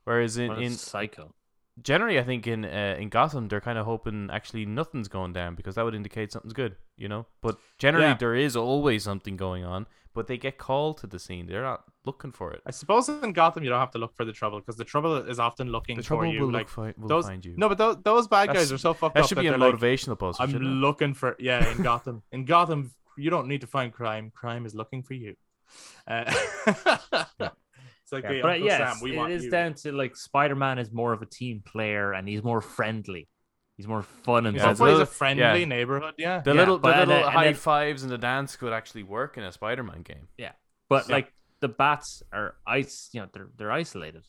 Speaker 2: Whereas in,
Speaker 3: What a
Speaker 2: in
Speaker 3: psycho.
Speaker 2: generally, I think in uh, in Gotham, they're kind of hoping actually nothing's going down because that would indicate something's good, you know. But generally,
Speaker 1: Yeah.
Speaker 2: there is always something going on. But they get called to the scene; they're not looking for it.
Speaker 1: i suppose in gotham you don't have to look for the trouble because the trouble is often looking
Speaker 2: The
Speaker 1: for
Speaker 2: trouble
Speaker 1: you
Speaker 2: will,
Speaker 1: like
Speaker 2: look fi- will
Speaker 1: those
Speaker 2: find you.
Speaker 1: no but those, those bad
Speaker 2: That's-
Speaker 1: guys are so fucked
Speaker 2: that
Speaker 1: up
Speaker 2: should
Speaker 1: that
Speaker 2: be a
Speaker 1: they're like,
Speaker 2: motivational poster.
Speaker 1: i'm
Speaker 2: shouldn't it?
Speaker 1: looking
Speaker 2: <laughs>
Speaker 1: for yeah in gotham in gotham you don't need to find crime crime is looking for you uh, <laughs> it's like
Speaker 3: Yeah,
Speaker 1: the
Speaker 3: but
Speaker 1: Uncle
Speaker 3: yes,
Speaker 1: Sam, we
Speaker 3: it
Speaker 1: want
Speaker 3: is
Speaker 1: you.
Speaker 3: down to like Spider Man is more of a team player and he's more friendly. He's more fun and
Speaker 1: He's
Speaker 2: Yeah,
Speaker 1: also- he's
Speaker 2: little-
Speaker 1: a friendly
Speaker 2: yeah.
Speaker 1: neighborhood yeah
Speaker 2: The
Speaker 3: Yeah,
Speaker 2: little, the
Speaker 3: but- and
Speaker 2: little
Speaker 3: then- and
Speaker 2: high
Speaker 3: then-
Speaker 2: fives and the dance could actually work in a Spider-Man game.
Speaker 3: But
Speaker 1: Yeah.
Speaker 3: like the bats are ice, you know, they're they're isolated.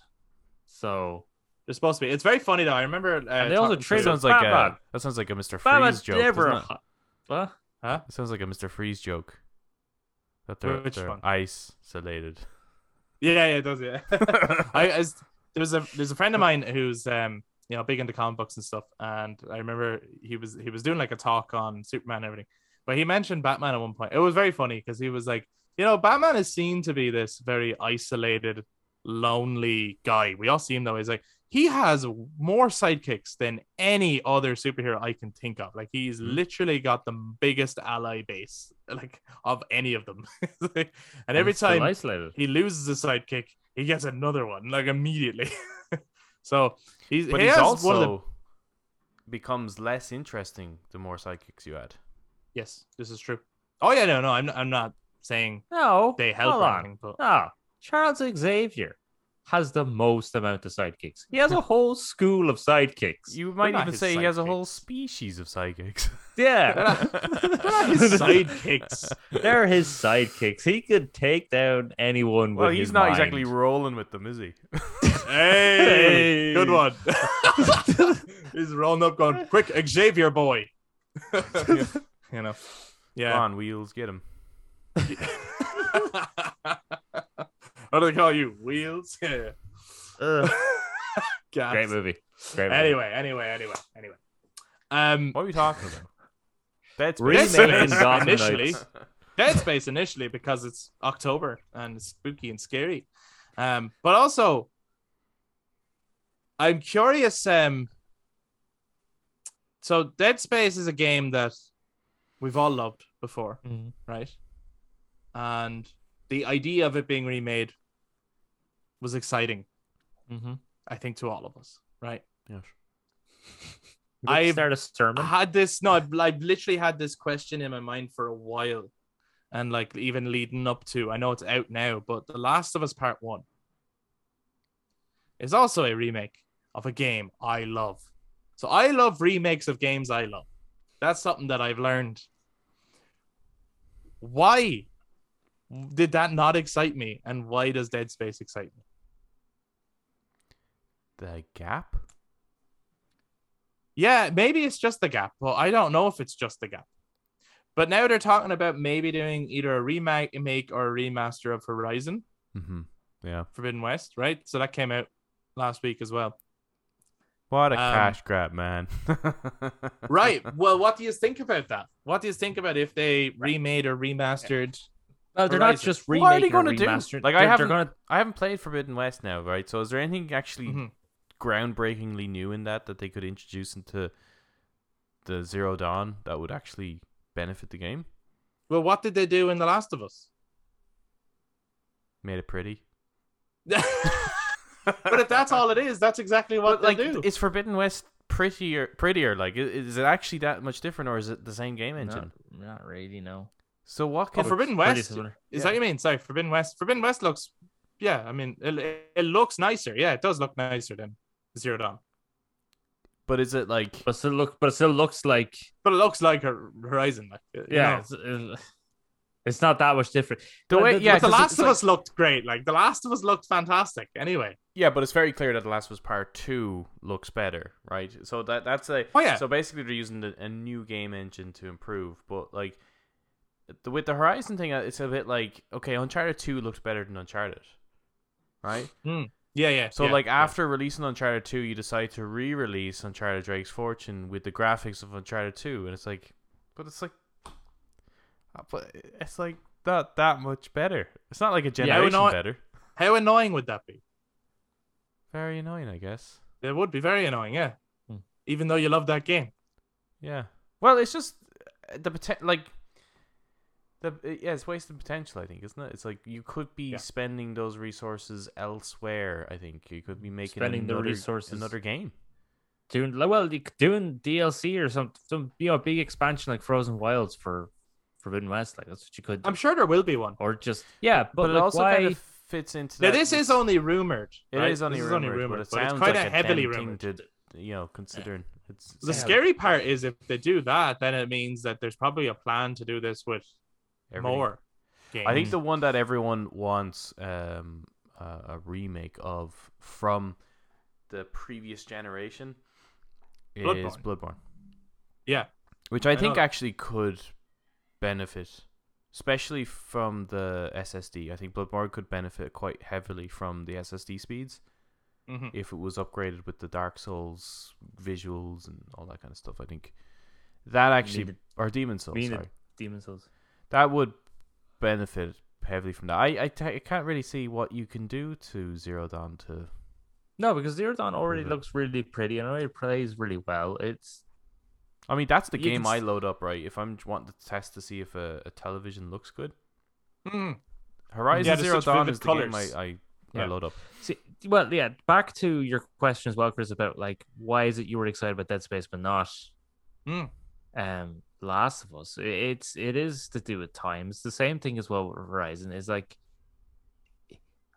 Speaker 3: So
Speaker 1: They're supposed to be. It's very funny though. I remember. Uh,
Speaker 3: And they also
Speaker 1: talking to-
Speaker 2: That
Speaker 3: Trailer
Speaker 2: sounds like a
Speaker 3: Batman.
Speaker 2: that sounds like a Mr.
Speaker 3: Batman
Speaker 2: Freeze joke. doesn't it?
Speaker 3: What?
Speaker 2: It sounds like a Mr. Freeze joke. That they're,
Speaker 1: Which
Speaker 2: they're
Speaker 1: one?
Speaker 2: isolated.
Speaker 1: Yeah, yeah, it does. Yeah. <laughs> I, I was- there's a there's a friend of mine who's um you know big into comic books and stuff, and I remember he was he was doing like a talk on Superman and everything, but he mentioned Batman at one point. It was very funny because he was like, you know, Batman is seen to be this very isolated, lonely guy. We all see him though. He's like he has more sidekicks than any other superhero I can think of. Like he's literally got the biggest ally base <laughs> like of any of them, <laughs> and every
Speaker 3: it's still
Speaker 1: time
Speaker 3: isolated.
Speaker 1: he loses a sidekick, he gets another one like immediately. <laughs> So he's,
Speaker 2: But
Speaker 1: he
Speaker 2: he's
Speaker 1: has
Speaker 2: also
Speaker 1: one of the
Speaker 2: becomes less interesting the more psychics you add.
Speaker 1: yes, this is true. Oh yeah, no, no, I'm I'm not saying
Speaker 3: No,
Speaker 1: they help
Speaker 3: hold
Speaker 1: or
Speaker 3: on.
Speaker 1: anything,
Speaker 3: <laughs>
Speaker 1: but
Speaker 3: No, Charles Xavier has the most amount of sidekicks. He has
Speaker 2: <laughs>
Speaker 3: a whole school of sidekicks.
Speaker 2: You might
Speaker 1: not
Speaker 2: even
Speaker 1: his
Speaker 2: say he has a whole
Speaker 1: sidekicks.
Speaker 2: species of psychics.
Speaker 3: <laughs> yeah,
Speaker 2: <laughs>
Speaker 1: his <laughs> sidekicks.
Speaker 3: they're his sidekicks. He could take down anyone.
Speaker 2: well,
Speaker 3: with
Speaker 2: he's
Speaker 3: his
Speaker 2: not
Speaker 3: mind.
Speaker 2: exactly rolling with them, is he?
Speaker 1: Hey, good
Speaker 3: Hey.
Speaker 1: one. he's rolling up, going quick, Xavier boy. You know,
Speaker 2: Come
Speaker 1: yeah.
Speaker 2: on, wheels, get him.
Speaker 1: <laughs> what do they call you? Wheels. <laughs> Yeah. <laughs>
Speaker 3: Ugh,
Speaker 1: God.
Speaker 3: great movie. Great movie.
Speaker 1: Anyway, anyway, anyway, anyway. Um,
Speaker 2: What are we
Speaker 3: <laughs>
Speaker 2: talking about? That's
Speaker 3: Remake
Speaker 1: Dead
Speaker 3: in
Speaker 1: Space
Speaker 3: Gotham
Speaker 1: initially,
Speaker 3: Knights.
Speaker 1: Dead Space initially because it's October and it's spooky and scary. Um, but also, I'm curious. Um, so Dead Space is a game that we've all loved before,
Speaker 3: Mhm.
Speaker 1: right? And the idea of it being remade was exciting,
Speaker 3: Mhm.
Speaker 1: I think, to all of us, right?
Speaker 2: Yes.
Speaker 1: I-
Speaker 3: start a sermon.
Speaker 1: I had this no, I've, I've literally had this question in my mind for a while, and like even leading up to. I know it's out now, but The Last of Us Part One is also a remake of a game I love. So I love remakes of games I love. That's something that I've learned. Why did that not excite me, and why does Dead Space excite me?
Speaker 2: <laughs> The gap?
Speaker 1: Yeah, maybe it's just the gap. Well, I don't know if it's just the gap. But now they're talking about maybe doing either a remake make or a remaster of Horizon
Speaker 2: Mm-hmm. Yeah.
Speaker 1: Forbidden West, right? So that came out last week as well.
Speaker 2: What a
Speaker 1: Um,
Speaker 2: cash grab, man. <laughs>
Speaker 1: Right. well, what do you think about that? What do you think about if they remade or remastered?
Speaker 3: No, they're not
Speaker 1: Horizon.
Speaker 3: just
Speaker 2: What are they
Speaker 3: remaking or
Speaker 2: gonna do?
Speaker 3: remastering.
Speaker 2: Like, I
Speaker 3: They're-
Speaker 2: haven't-
Speaker 3: they're gonna
Speaker 2: I haven't played Forbidden West now, right? So is there anything actually
Speaker 1: Mhm.
Speaker 2: groundbreakingly new in that that they could introduce into the Zero Dawn that would actually benefit the game?
Speaker 1: Well, what did they do in The Last of Us? <laughs>
Speaker 2: Made it pretty.
Speaker 1: but
Speaker 2: <laughs>
Speaker 1: if that's all it is, that's exactly what
Speaker 2: like
Speaker 1: they do.
Speaker 2: is Forbidden West prettier prettier like i- is it actually that much different or is it the same game engine
Speaker 3: Not, not really, no.
Speaker 2: so what
Speaker 1: Oh,
Speaker 2: can
Speaker 1: Forbidden
Speaker 3: Pretty
Speaker 1: West.
Speaker 3: similar.
Speaker 1: Is that
Speaker 2: Yeah.
Speaker 1: what you mean? Sorry, Forbidden West. Forbidden West looks, yeah. I mean, it, it looks nicer. Yeah, it does look nicer than Zero Dawn,
Speaker 2: but is it like
Speaker 3: But still look, but it still looks like
Speaker 1: but it looks like Hor- Horizon. Like, you
Speaker 3: yeah,
Speaker 1: know.
Speaker 3: it's, it's- it's not that much different.
Speaker 2: the
Speaker 3: but
Speaker 2: way
Speaker 3: the-
Speaker 2: yeah
Speaker 1: but The
Speaker 2: 'cause
Speaker 1: Last
Speaker 2: it's
Speaker 1: of
Speaker 2: like-
Speaker 1: Us looked great. Like The Last of Us looked fantastic. Anyway,
Speaker 2: yeah but it's very clear that the last was part 2 looks better right so that that's a
Speaker 1: Oh, yeah.
Speaker 2: so basically they're using the, a new game engine to improve but like the, with the horizon thing uh, it's a bit like okay uncharted 2 looks better than uncharted right
Speaker 1: yeah, yeah.
Speaker 2: So
Speaker 1: yeah,
Speaker 2: like
Speaker 1: yeah.
Speaker 2: after releasing Uncharted 2, you decide to re-release Uncharted Drake's Fortune with the graphics of Uncharted 2 and it's like but it's like uh, but it's like not that much better. It's not like a
Speaker 1: Yeah, I would
Speaker 2: generation
Speaker 1: not-
Speaker 2: better.
Speaker 1: how annoying would that be?
Speaker 2: Very annoying, I guess.
Speaker 1: It would be very annoying. Yeah,
Speaker 3: Hmm.
Speaker 1: even though you love that game.
Speaker 2: Yeah. Well, it's just uh, the potential like the uh, yeah, it's wasted potential, I think, isn't it? It's like you could be
Speaker 1: Yeah.
Speaker 2: spending those resources elsewhere, I think. You could be making
Speaker 3: Spending the
Speaker 2: another,
Speaker 3: resources.
Speaker 2: another game.
Speaker 3: Doing like, well, you c- doing DLC or some some you know big expansion like Frozen Wilds for Forbidden West, like that's what you could. do.
Speaker 1: I'm sure there will be one.
Speaker 3: Or just yeah, but,
Speaker 2: But, it
Speaker 3: like,
Speaker 2: also
Speaker 3: why?
Speaker 2: kind of fits into
Speaker 1: Now
Speaker 2: that
Speaker 1: this is only rumored.
Speaker 2: It is
Speaker 1: right?
Speaker 2: only
Speaker 1: This
Speaker 2: rumored, but it sounds
Speaker 1: it's quite
Speaker 2: like
Speaker 1: a heavily
Speaker 2: damn thing
Speaker 1: rumored.
Speaker 2: To, you know, considering it's
Speaker 1: The
Speaker 2: yeah,
Speaker 1: scary part is if they do that, then it means that there's probably a plan to do this with
Speaker 2: everything.
Speaker 1: more. Games.
Speaker 2: I think the one that everyone wants um, uh, a remake of from the previous generation is
Speaker 1: Bloodborne.
Speaker 2: Bloodborne.
Speaker 1: Yeah.
Speaker 2: which I,
Speaker 1: I
Speaker 2: think
Speaker 1: know.
Speaker 2: actually could benefit, especially from the SSD. I think Bloodborne could benefit quite heavily from the SSD speeds.
Speaker 1: Mhm.
Speaker 2: if it was upgraded with the Dark Souls visuals and all that kind of stuff. I think that actually
Speaker 3: the-
Speaker 2: or Demon Souls,
Speaker 3: mean the-
Speaker 2: sorry,
Speaker 3: Demon Souls.
Speaker 2: that would benefit heavily from that. I I, t- I can't really see what you can do to zero down to.
Speaker 3: No, because Zero Dawn already
Speaker 2: Mhm.
Speaker 3: looks really pretty and already plays really well. It's
Speaker 2: I mean, that's the
Speaker 3: You can
Speaker 2: game I
Speaker 3: s-
Speaker 2: load up right if I'm wanting to test to see if a, a television looks good.
Speaker 1: Mhm.
Speaker 2: Horizon
Speaker 1: there's
Speaker 2: Zero
Speaker 1: such
Speaker 2: Dawn
Speaker 1: vivid
Speaker 2: is the game
Speaker 1: colours.
Speaker 2: I, I yeah.
Speaker 3: Yeah.
Speaker 2: load up.
Speaker 3: See, well, yeah. Back to your question as well, Chris, about like why is it you were excited about Dead Space but not
Speaker 1: Hmm.
Speaker 3: um Last of Us? I- It's it is to do with time. It's the same thing as well with Horizon. Is like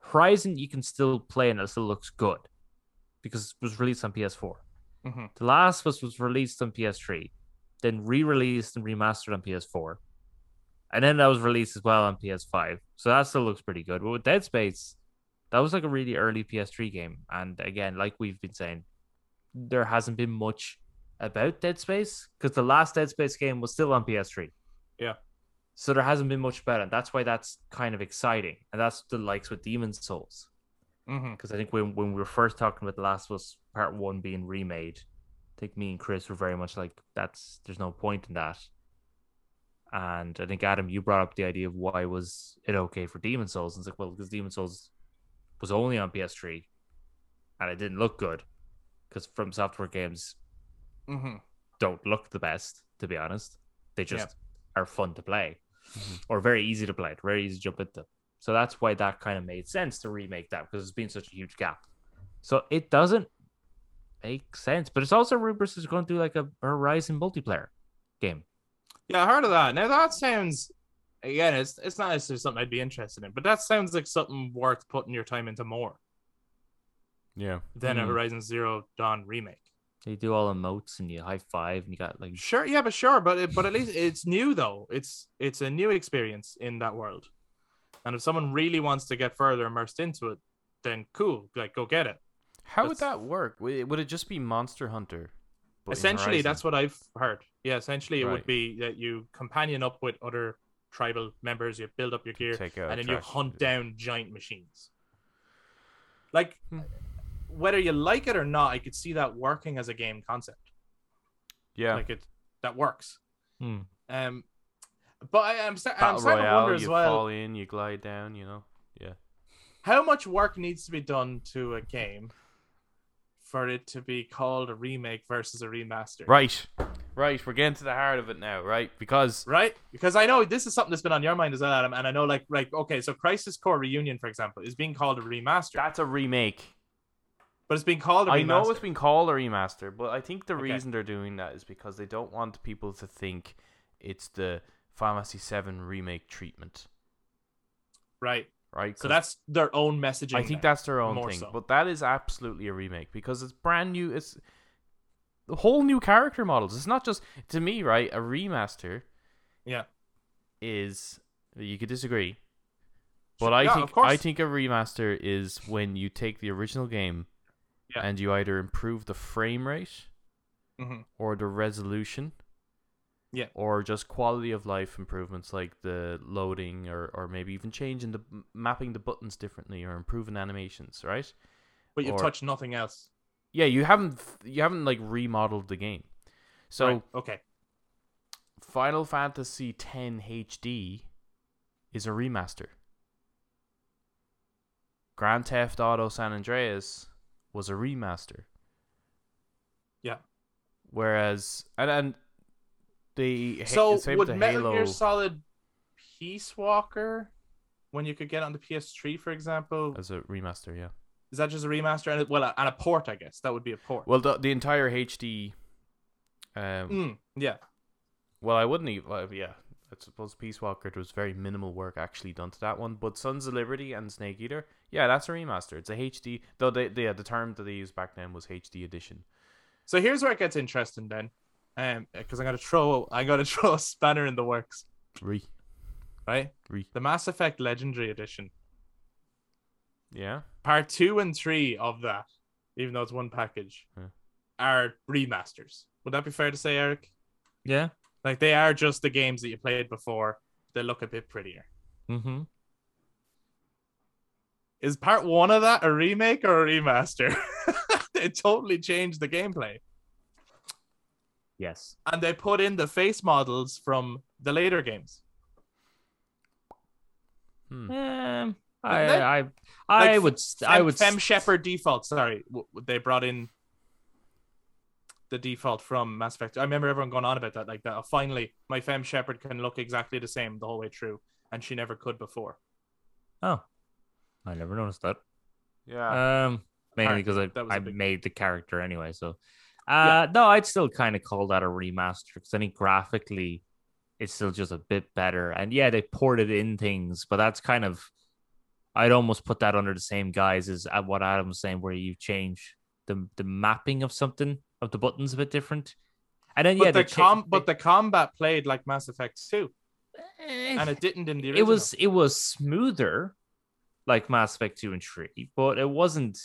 Speaker 3: Horizon, you can still play and it still looks good because it was released on PS4.
Speaker 1: Mhm.
Speaker 3: The Last of Us was released on PS3, then re-released and remastered on PS4, and then that was released as well on PS5. So that still looks pretty good. But with Dead Space, that was like a really early PS3 game, and again, like we've been saying, there hasn't been much about Dead Space because the last Dead Space game was still on PS3.
Speaker 1: Yeah.
Speaker 3: So there hasn't been much about it. That's why that's kind of exciting, and that's the likes with Demon Souls
Speaker 1: Mm-hmm.
Speaker 3: because I think when when we were first talking about The Last of Us Part One being remade, I think me and Chris were very much like, "That's there's no point in that." And I think Adam, you brought up the idea of why was it okay for Demon Souls, and it's like, well, because Demon Souls was only on PS3, and it didn't look good, because from software games
Speaker 1: Mm-hmm.
Speaker 3: don't look the best, to be honest. They
Speaker 1: Yeah. Mm-hmm.
Speaker 3: just are fun to play or very easy to play, very easy to jump into. So that's why that kind of made sense to remake that because it's been such a huge gap. So it doesn't make sense, but it's also Rubrus is going to do like a Horizon multiplayer game.
Speaker 1: Yeah, I heard of that. Now that sounds again, it's it's not necessarily something I'd be interested in, but that sounds like something worth putting your time into more
Speaker 2: Yeah.
Speaker 1: than a
Speaker 3: Hmm.
Speaker 1: Horizon Zero Dawn remake.
Speaker 3: They do all emotes and you high five and you got like
Speaker 1: Sure, yeah, but sure, but it, but at least it's new though. It's it's a new experience in that world, and if someone really wants to get further immersed into it, then cool, like go get it.
Speaker 2: How would
Speaker 1: That's-
Speaker 2: that work? Would it, would it just be Monster Hunter? but in
Speaker 1: essentially,
Speaker 2: Horizon?
Speaker 1: that's what I've heard. Yeah, essentially, it
Speaker 2: Right.
Speaker 1: would be that you companion up with other tribal members, you build up your gear,
Speaker 2: Take out
Speaker 1: and then you
Speaker 2: attraction.
Speaker 1: hunt down giant machines. Like,
Speaker 2: Hmm.
Speaker 1: whether you like it or not, I could see that working as a game concept.
Speaker 2: Yeah.
Speaker 1: Like it, that works.
Speaker 3: Hmm.
Speaker 1: Um, but I, I'm, sta- I'm
Speaker 2: Battle
Speaker 1: starting to wonder
Speaker 2: Royale,
Speaker 1: as
Speaker 2: you
Speaker 1: well
Speaker 2: fall in, you glide down, you know? Yeah.
Speaker 1: how much work needs to be done to a game for it to be called a remake versus a remaster.
Speaker 2: Right. Right. We're getting to the heart of it now, right? Because.
Speaker 1: right? Because I know this is something that's been on your mind as well, Adam. And I know, like, like okay, so Crisis Core Reunion, for example, is being called a remaster,
Speaker 2: That's a remake.
Speaker 1: but it's being called a remaster.
Speaker 2: I know it's been called a remaster, but I think the
Speaker 1: Okay.
Speaker 2: reason they're doing that is because they don't want people to think it's the Pharmacy 7 remake treatment,
Speaker 1: right.
Speaker 2: right?
Speaker 1: So
Speaker 2: 'Cause
Speaker 1: that's their own messaging.
Speaker 2: I think
Speaker 1: now.
Speaker 2: that's their own
Speaker 1: more
Speaker 2: thing,
Speaker 1: so.
Speaker 2: but that is absolutely a remake because it's brand new. It's the whole new character models. It's not just to me, right? A remaster
Speaker 1: yeah,
Speaker 2: is you could disagree, but I
Speaker 1: yeah,
Speaker 2: think
Speaker 1: of course.
Speaker 2: I think a remaster is when you take the original game
Speaker 1: Yeah.
Speaker 2: and you either improve the frame rate
Speaker 1: Mhm.
Speaker 2: or the resolution.
Speaker 1: Yeah.
Speaker 2: Or just quality of life improvements like the loading or, or maybe even changing the mapping the buttons differently or improving animations, right?
Speaker 1: but you've
Speaker 2: or-
Speaker 1: touched nothing else.
Speaker 2: Yeah, you haven't you haven't like remodeled the game. So
Speaker 1: Right, okay,
Speaker 2: Final Fantasy X HD is a remaster. Grand Theft Auto San Andreas was a remaster.
Speaker 1: Yeah.
Speaker 2: Whereas and and the
Speaker 1: so
Speaker 2: same with
Speaker 1: would
Speaker 2: the
Speaker 1: Metal
Speaker 2: Halo,
Speaker 1: Gear Solid Peace Walker, when you could get it on the PS3, for example,
Speaker 2: as a remaster, yeah.
Speaker 1: is that just a remaster and a, well, and a port? I guess that would be a port.
Speaker 2: Well, the, the entire HD. Um,
Speaker 1: Mm, yeah,
Speaker 2: Well, I wouldn't even. Well, yeah, I suppose Peace Walker there was very minimal work actually done to that one. But Sons of Liberty and Snake Eater, yeah, that's a remaster. It's a HD, though. They, they, yeah, the term that they used back then was HD edition.
Speaker 1: So here's where it gets interesting then, um, because I'm gonna throw I'm gonna <laughs> throw a spanner in the works,
Speaker 2: Re,
Speaker 1: right?
Speaker 2: re,
Speaker 1: The Mass Effect Legendary Edition,
Speaker 2: yeah,
Speaker 1: part two and three of that, even though it's one package,
Speaker 2: Yeah.
Speaker 1: are remasters. Would that be fair to say, Eric?
Speaker 3: Yeah.
Speaker 1: Like they are just the games that you played before. They look a bit prettier.
Speaker 3: Mm-hmm.
Speaker 1: Is part one of that a remake or a remaster? <laughs> they totally changed the gameplay.
Speaker 3: Yes.
Speaker 1: And they put in the face models from the later games.
Speaker 2: hmm.
Speaker 3: Um, I,
Speaker 1: Wouldn't they?
Speaker 3: I, I
Speaker 1: Mm. Like,
Speaker 3: would, st- I
Speaker 1: Fem-
Speaker 3: would,
Speaker 1: Fem
Speaker 3: st-
Speaker 1: Shepherd default. Sorry, W- w- they brought in the default from Mass Effect. I remember everyone going on about that, like that. "Oh, finally, my Fem Shepherd can look exactly the same the whole way through, and she never could before.
Speaker 3: Oh, I never noticed that.
Speaker 2: Yeah.
Speaker 3: Um,
Speaker 1: Character,
Speaker 3: mainly because I,
Speaker 1: that was a
Speaker 3: I
Speaker 1: big-
Speaker 3: made the character anyway. So, uh, no, I'd still kind of call that a remaster because I think graphically, it's still just a bit better. And yeah, they ported in things, but that's kind of, I'd almost put that under the same guise as uh, what Adam was saying, where you change the the mapping of something of the buttons a bit different. And then
Speaker 1: But
Speaker 3: yeah, they
Speaker 1: the com-
Speaker 3: cha-
Speaker 1: but the combat played like Mass Effect 2,
Speaker 3: Eh
Speaker 1: and it didn't in the
Speaker 3: it
Speaker 1: original.
Speaker 3: was it was smoother like mass effect 2 and 3 but it wasn't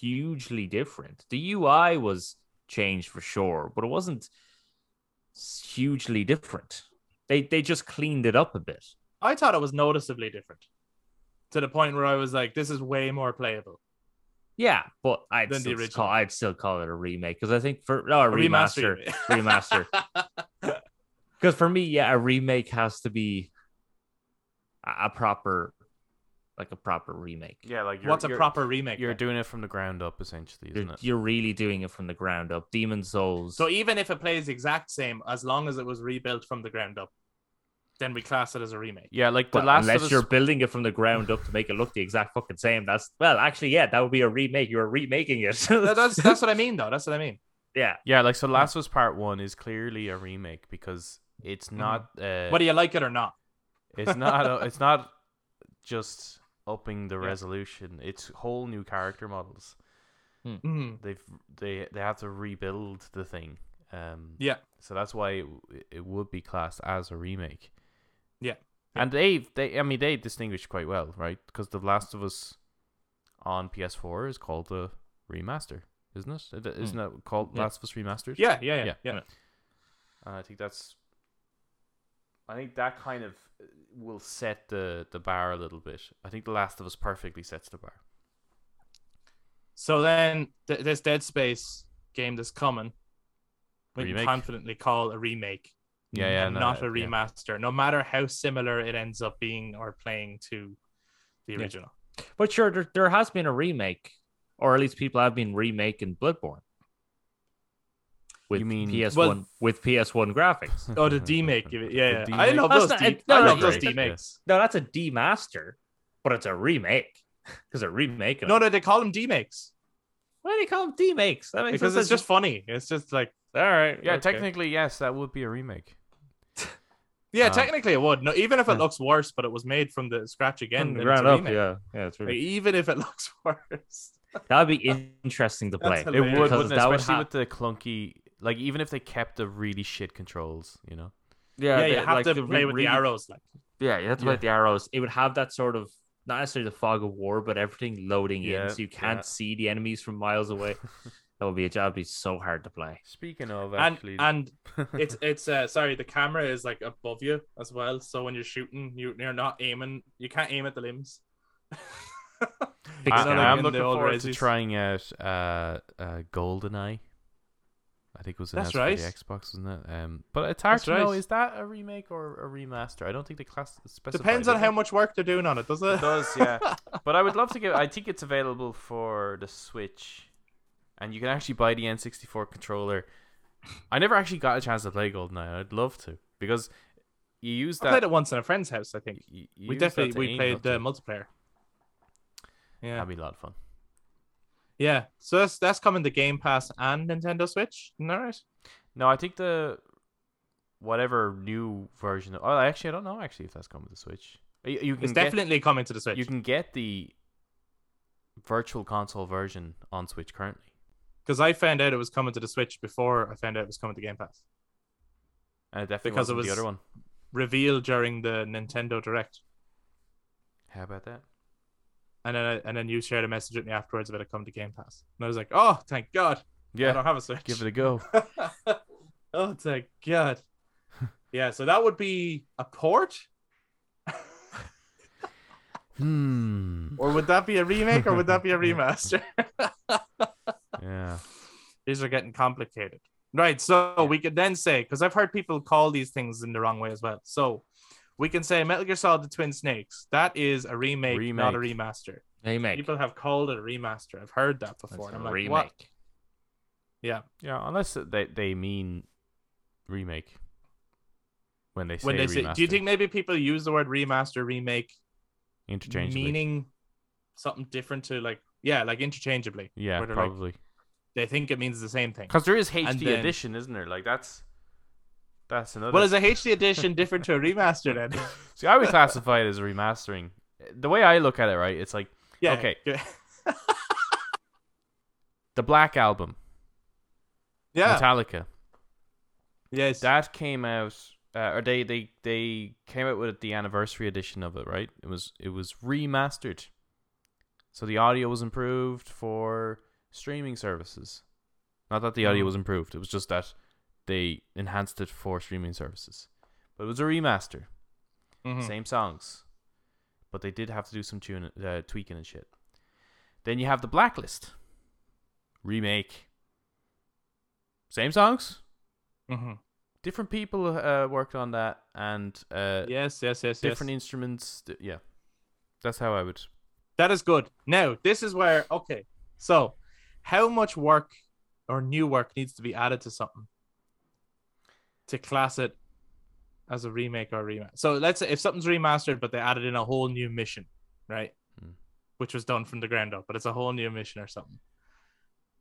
Speaker 3: hugely different the ui was changed for sure but it wasn't s- hugely different they they just cleaned it up a bit
Speaker 1: I thought it was noticeably different. To the point where I was like, this is way more playable.
Speaker 3: yeah but i'd,
Speaker 1: Than the
Speaker 3: still,
Speaker 1: original.
Speaker 3: call, I'd still call it a remake because i think for no a
Speaker 1: A
Speaker 3: remaster
Speaker 1: remaster.
Speaker 3: remaster because for me yeah a remake has to be a, a proper like a proper remake
Speaker 2: Yeah, like you're,
Speaker 1: What's a
Speaker 2: you're-
Speaker 1: proper remake?
Speaker 2: You're
Speaker 1: then?
Speaker 2: doing it from the ground up, essentially,
Speaker 3: you're,
Speaker 2: isn't it?
Speaker 3: you're really doing it from the ground up demon souls
Speaker 1: So even if it plays the exact same, as long as it was rebuilt from the ground up, then we class it as a remake.
Speaker 2: Yeah, like the
Speaker 3: Well,
Speaker 2: last
Speaker 3: unless
Speaker 2: of
Speaker 3: you're
Speaker 2: us.
Speaker 3: building it from the ground up to make it look the exact fucking same. That's well, actually, yeah, that would be a remake. You're remaking it.
Speaker 1: That-
Speaker 3: <laughs>
Speaker 1: that's that's what I mean, though. That's what I mean.
Speaker 3: yeah,
Speaker 2: Yeah, like so. Last of Us Part One is clearly a remake because it's not. Uh,
Speaker 1: Whether you like it or not,
Speaker 2: <laughs> It's not. uh, it's not just upping the
Speaker 1: Yeah.
Speaker 2: resolution. It's whole new character models.
Speaker 1: Mhm.
Speaker 2: They've they they have to rebuild the thing. Um,
Speaker 1: yeah,
Speaker 2: So that's why it, it would be classed as a remake.
Speaker 1: Yeah.
Speaker 2: And they they I mean they distinguish quite well, right? Because The Last of Us on PS4 is called the remaster, isn't it? It- Isn't that called
Speaker 3: Yeah.
Speaker 2: Last of Us Remastered?
Speaker 1: Hmm. yeah, yeah, yeah,
Speaker 2: Yeah.
Speaker 1: yeah.
Speaker 2: And I think that's I think that kind of uh, will set the the bar a little bit. I think The Last of Us perfectly sets the bar.
Speaker 1: So then th- this Dead Space game that's coming, we
Speaker 2: Remake.
Speaker 1: can confidently call a remake,
Speaker 2: Yeah, yeah,
Speaker 1: and
Speaker 2: no,
Speaker 1: not a
Speaker 2: yeah.
Speaker 1: remaster, no matter how similar it ends up being or playing to the
Speaker 3: Yeah.
Speaker 1: original.
Speaker 3: but sure, there, there has been a remake, or at least people have been remaking Bloodborne. With
Speaker 2: You mean-
Speaker 3: PS1
Speaker 1: Well-
Speaker 3: with PS1 graphics.
Speaker 1: Oh,
Speaker 2: <laughs>
Speaker 1: the remake, yeah, yeah.
Speaker 2: The
Speaker 1: I
Speaker 2: demake.
Speaker 1: love
Speaker 3: That's
Speaker 1: those.
Speaker 3: not-
Speaker 1: D-
Speaker 3: no,
Speaker 1: I
Speaker 3: no,
Speaker 1: love those
Speaker 2: great, yeah.
Speaker 1: demakes.
Speaker 3: No, that's a demaster, but it's a remake <laughs> because they're remaking.
Speaker 1: No,
Speaker 3: it.
Speaker 1: no, they call them demakes
Speaker 3: why do they call them demakes? That makes
Speaker 1: because
Speaker 3: sense.
Speaker 1: it's just funny. It's just like.
Speaker 3: all right.
Speaker 2: Yeah,
Speaker 3: okay.
Speaker 2: technically yes, that would be a remake.
Speaker 1: Yeah,
Speaker 2: Um,
Speaker 1: technically it would. No, even if it
Speaker 3: yeah.
Speaker 1: looks worse, but it was made from the scratch again.
Speaker 3: From the
Speaker 1: then it's a
Speaker 3: ground up.
Speaker 1: remake.
Speaker 3: Yeah, yeah, it's really
Speaker 1: Like, even if it <laughs> looks worse.
Speaker 3: that'd be in- interesting to play.
Speaker 1: That's
Speaker 2: It would,
Speaker 1: Because
Speaker 2: wouldn't it?
Speaker 3: that would
Speaker 2: especially
Speaker 3: ha-
Speaker 2: with the clunky. Like even if they kept the really shit controls, you know.
Speaker 1: Yeah, you
Speaker 3: they-
Speaker 1: have
Speaker 3: like,
Speaker 1: to
Speaker 3: the
Speaker 1: play with
Speaker 3: re-
Speaker 1: the arrows. Like,
Speaker 3: Yeah, you have to
Speaker 2: Yeah.
Speaker 3: play with the arrows. It would have that sort of not necessarily the fog of war, but everything loading
Speaker 2: Yeah,
Speaker 3: in, so you can't
Speaker 2: yeah.
Speaker 3: see the enemies from miles away. that would be a job. Be so hard to play.
Speaker 2: Speaking of,
Speaker 1: and <laughs>
Speaker 2: actually,
Speaker 1: and
Speaker 2: <laughs>
Speaker 1: it's it's uh sorry, the camera is like above you as well. So when you're shooting, you you're not aiming. You can't aim at the limbs.
Speaker 3: Big
Speaker 2: I,
Speaker 1: it's not like
Speaker 2: I'm
Speaker 1: in the
Speaker 2: looking
Speaker 1: old
Speaker 2: forward to
Speaker 1: Razzies.
Speaker 2: trying out uh, uh, GoldenEye. I think it was
Speaker 1: That's
Speaker 2: announced for
Speaker 1: right.
Speaker 2: the Xbox, wasn't it? Um, but it's hard
Speaker 1: That's
Speaker 2: to know.
Speaker 1: right.
Speaker 2: Is that a remake or a remaster? I don't think the class specified.
Speaker 1: Depends on
Speaker 2: does
Speaker 1: how
Speaker 2: it?
Speaker 1: much work they're doing on it, does it?
Speaker 2: It does, yeah. but I would love to get. I think it's available for the Switch, and you can actually buy the N64 controller. I never actually got a chance to play GoldenEye. I'd love to because you
Speaker 1: <laughs>
Speaker 2: use
Speaker 1: I
Speaker 2: that.
Speaker 1: played it once in a friend's house. I think
Speaker 2: you- you
Speaker 1: we
Speaker 2: use that
Speaker 1: definitely
Speaker 2: to
Speaker 1: we
Speaker 2: aim,
Speaker 1: played uh,
Speaker 2: don't
Speaker 1: the
Speaker 2: you?
Speaker 1: multiplayer. Yeah,
Speaker 2: That'd be a lot of fun.
Speaker 1: yeah. So that's that's coming to Game Pass and Nintendo Switch. Isn't that right?
Speaker 2: No, I think the whatever new version. Of, oh, actually, I don't know. Actually, if that's coming to Switch, you, you can
Speaker 1: It's
Speaker 2: get,
Speaker 1: definitely coming to the Switch.
Speaker 2: you can get the virtual console version on Switch currently,
Speaker 1: because I found out it was coming to the Switch before I found out it was coming to Game Pass.
Speaker 2: and it definitely
Speaker 1: Because it
Speaker 2: wasn't the
Speaker 1: was-
Speaker 2: other one.
Speaker 1: Revealed during the Nintendo Direct,
Speaker 2: How about that?
Speaker 1: and then I, and then you shared a message with me afterwards about it coming to Game Pass, and I was like, oh, thank God, I don't have a Switch.
Speaker 2: give it a go.
Speaker 1: <laughs> oh, thank
Speaker 2: <laughs>
Speaker 1: God. yeah, so that would be a port,
Speaker 2: hmm.
Speaker 1: or would that be a remake, or would that
Speaker 2: <laughs>
Speaker 1: be a remaster? <laughs>
Speaker 2: Yeah.
Speaker 1: these are getting complicated. Right. So we could then say, because I've heard people call these things in the wrong way as well. So we can say Metal Gear Solid The Twin Snakes. That is a remake, not a
Speaker 2: Remake.
Speaker 1: remaster.
Speaker 3: Remake.
Speaker 1: People have called it a remaster. I've heard that
Speaker 3: That's
Speaker 1: before.
Speaker 3: a
Speaker 1: And I'm like,
Speaker 3: remake.
Speaker 1: what?
Speaker 2: Yeah. Unless they they mean remake when they say
Speaker 1: When they say, do you
Speaker 2: remaster,
Speaker 1: think maybe people use the word remaster, remake,
Speaker 2: interchangeably?
Speaker 1: meaning something different to like Yeah, like interchangeably.
Speaker 2: Yeah,
Speaker 1: where they're like,
Speaker 2: probably.
Speaker 1: they think it means the same thing.
Speaker 2: Because there is HD
Speaker 1: then-
Speaker 2: edition, isn't there? Like that's that's another.
Speaker 1: Well, is a HD edition different to a remaster then? <laughs>
Speaker 2: See, I would classify it as remastering. The way I look at it, right, it's like
Speaker 1: yeah.
Speaker 2: Okay.
Speaker 1: <laughs> Yeah.
Speaker 2: the Black Album,
Speaker 1: Yeah.
Speaker 2: Metallica.
Speaker 1: Yes.
Speaker 2: That came out, uh, or they they they came out with the anniversary edition of it, right? It was it was remastered, so the audio was improved for streaming services. Not that the audio
Speaker 1: Mm.
Speaker 2: was improved; it was just that they enhanced it for streaming services. But it was a remaster,
Speaker 1: Mhm.
Speaker 2: same songs, but they did have to do some tune uh, tweaking and shit. Then you have the Blacklist remake, same songs,
Speaker 1: Mhm.
Speaker 2: different people uh, worked on that and uh,
Speaker 1: Yes. Yes. Yes. yes.
Speaker 2: different instruments. d- Yeah, that's how I
Speaker 1: <laughs>
Speaker 2: would.
Speaker 1: That is good. Now, this is where okay. So, how much work or new work needs to be added to something to class it as a remake or a remaster? So, let's say if something's remastered but they added in a whole new mission, right?
Speaker 2: Hmm.
Speaker 1: Which was done from the ground up, but it's a whole new mission or something.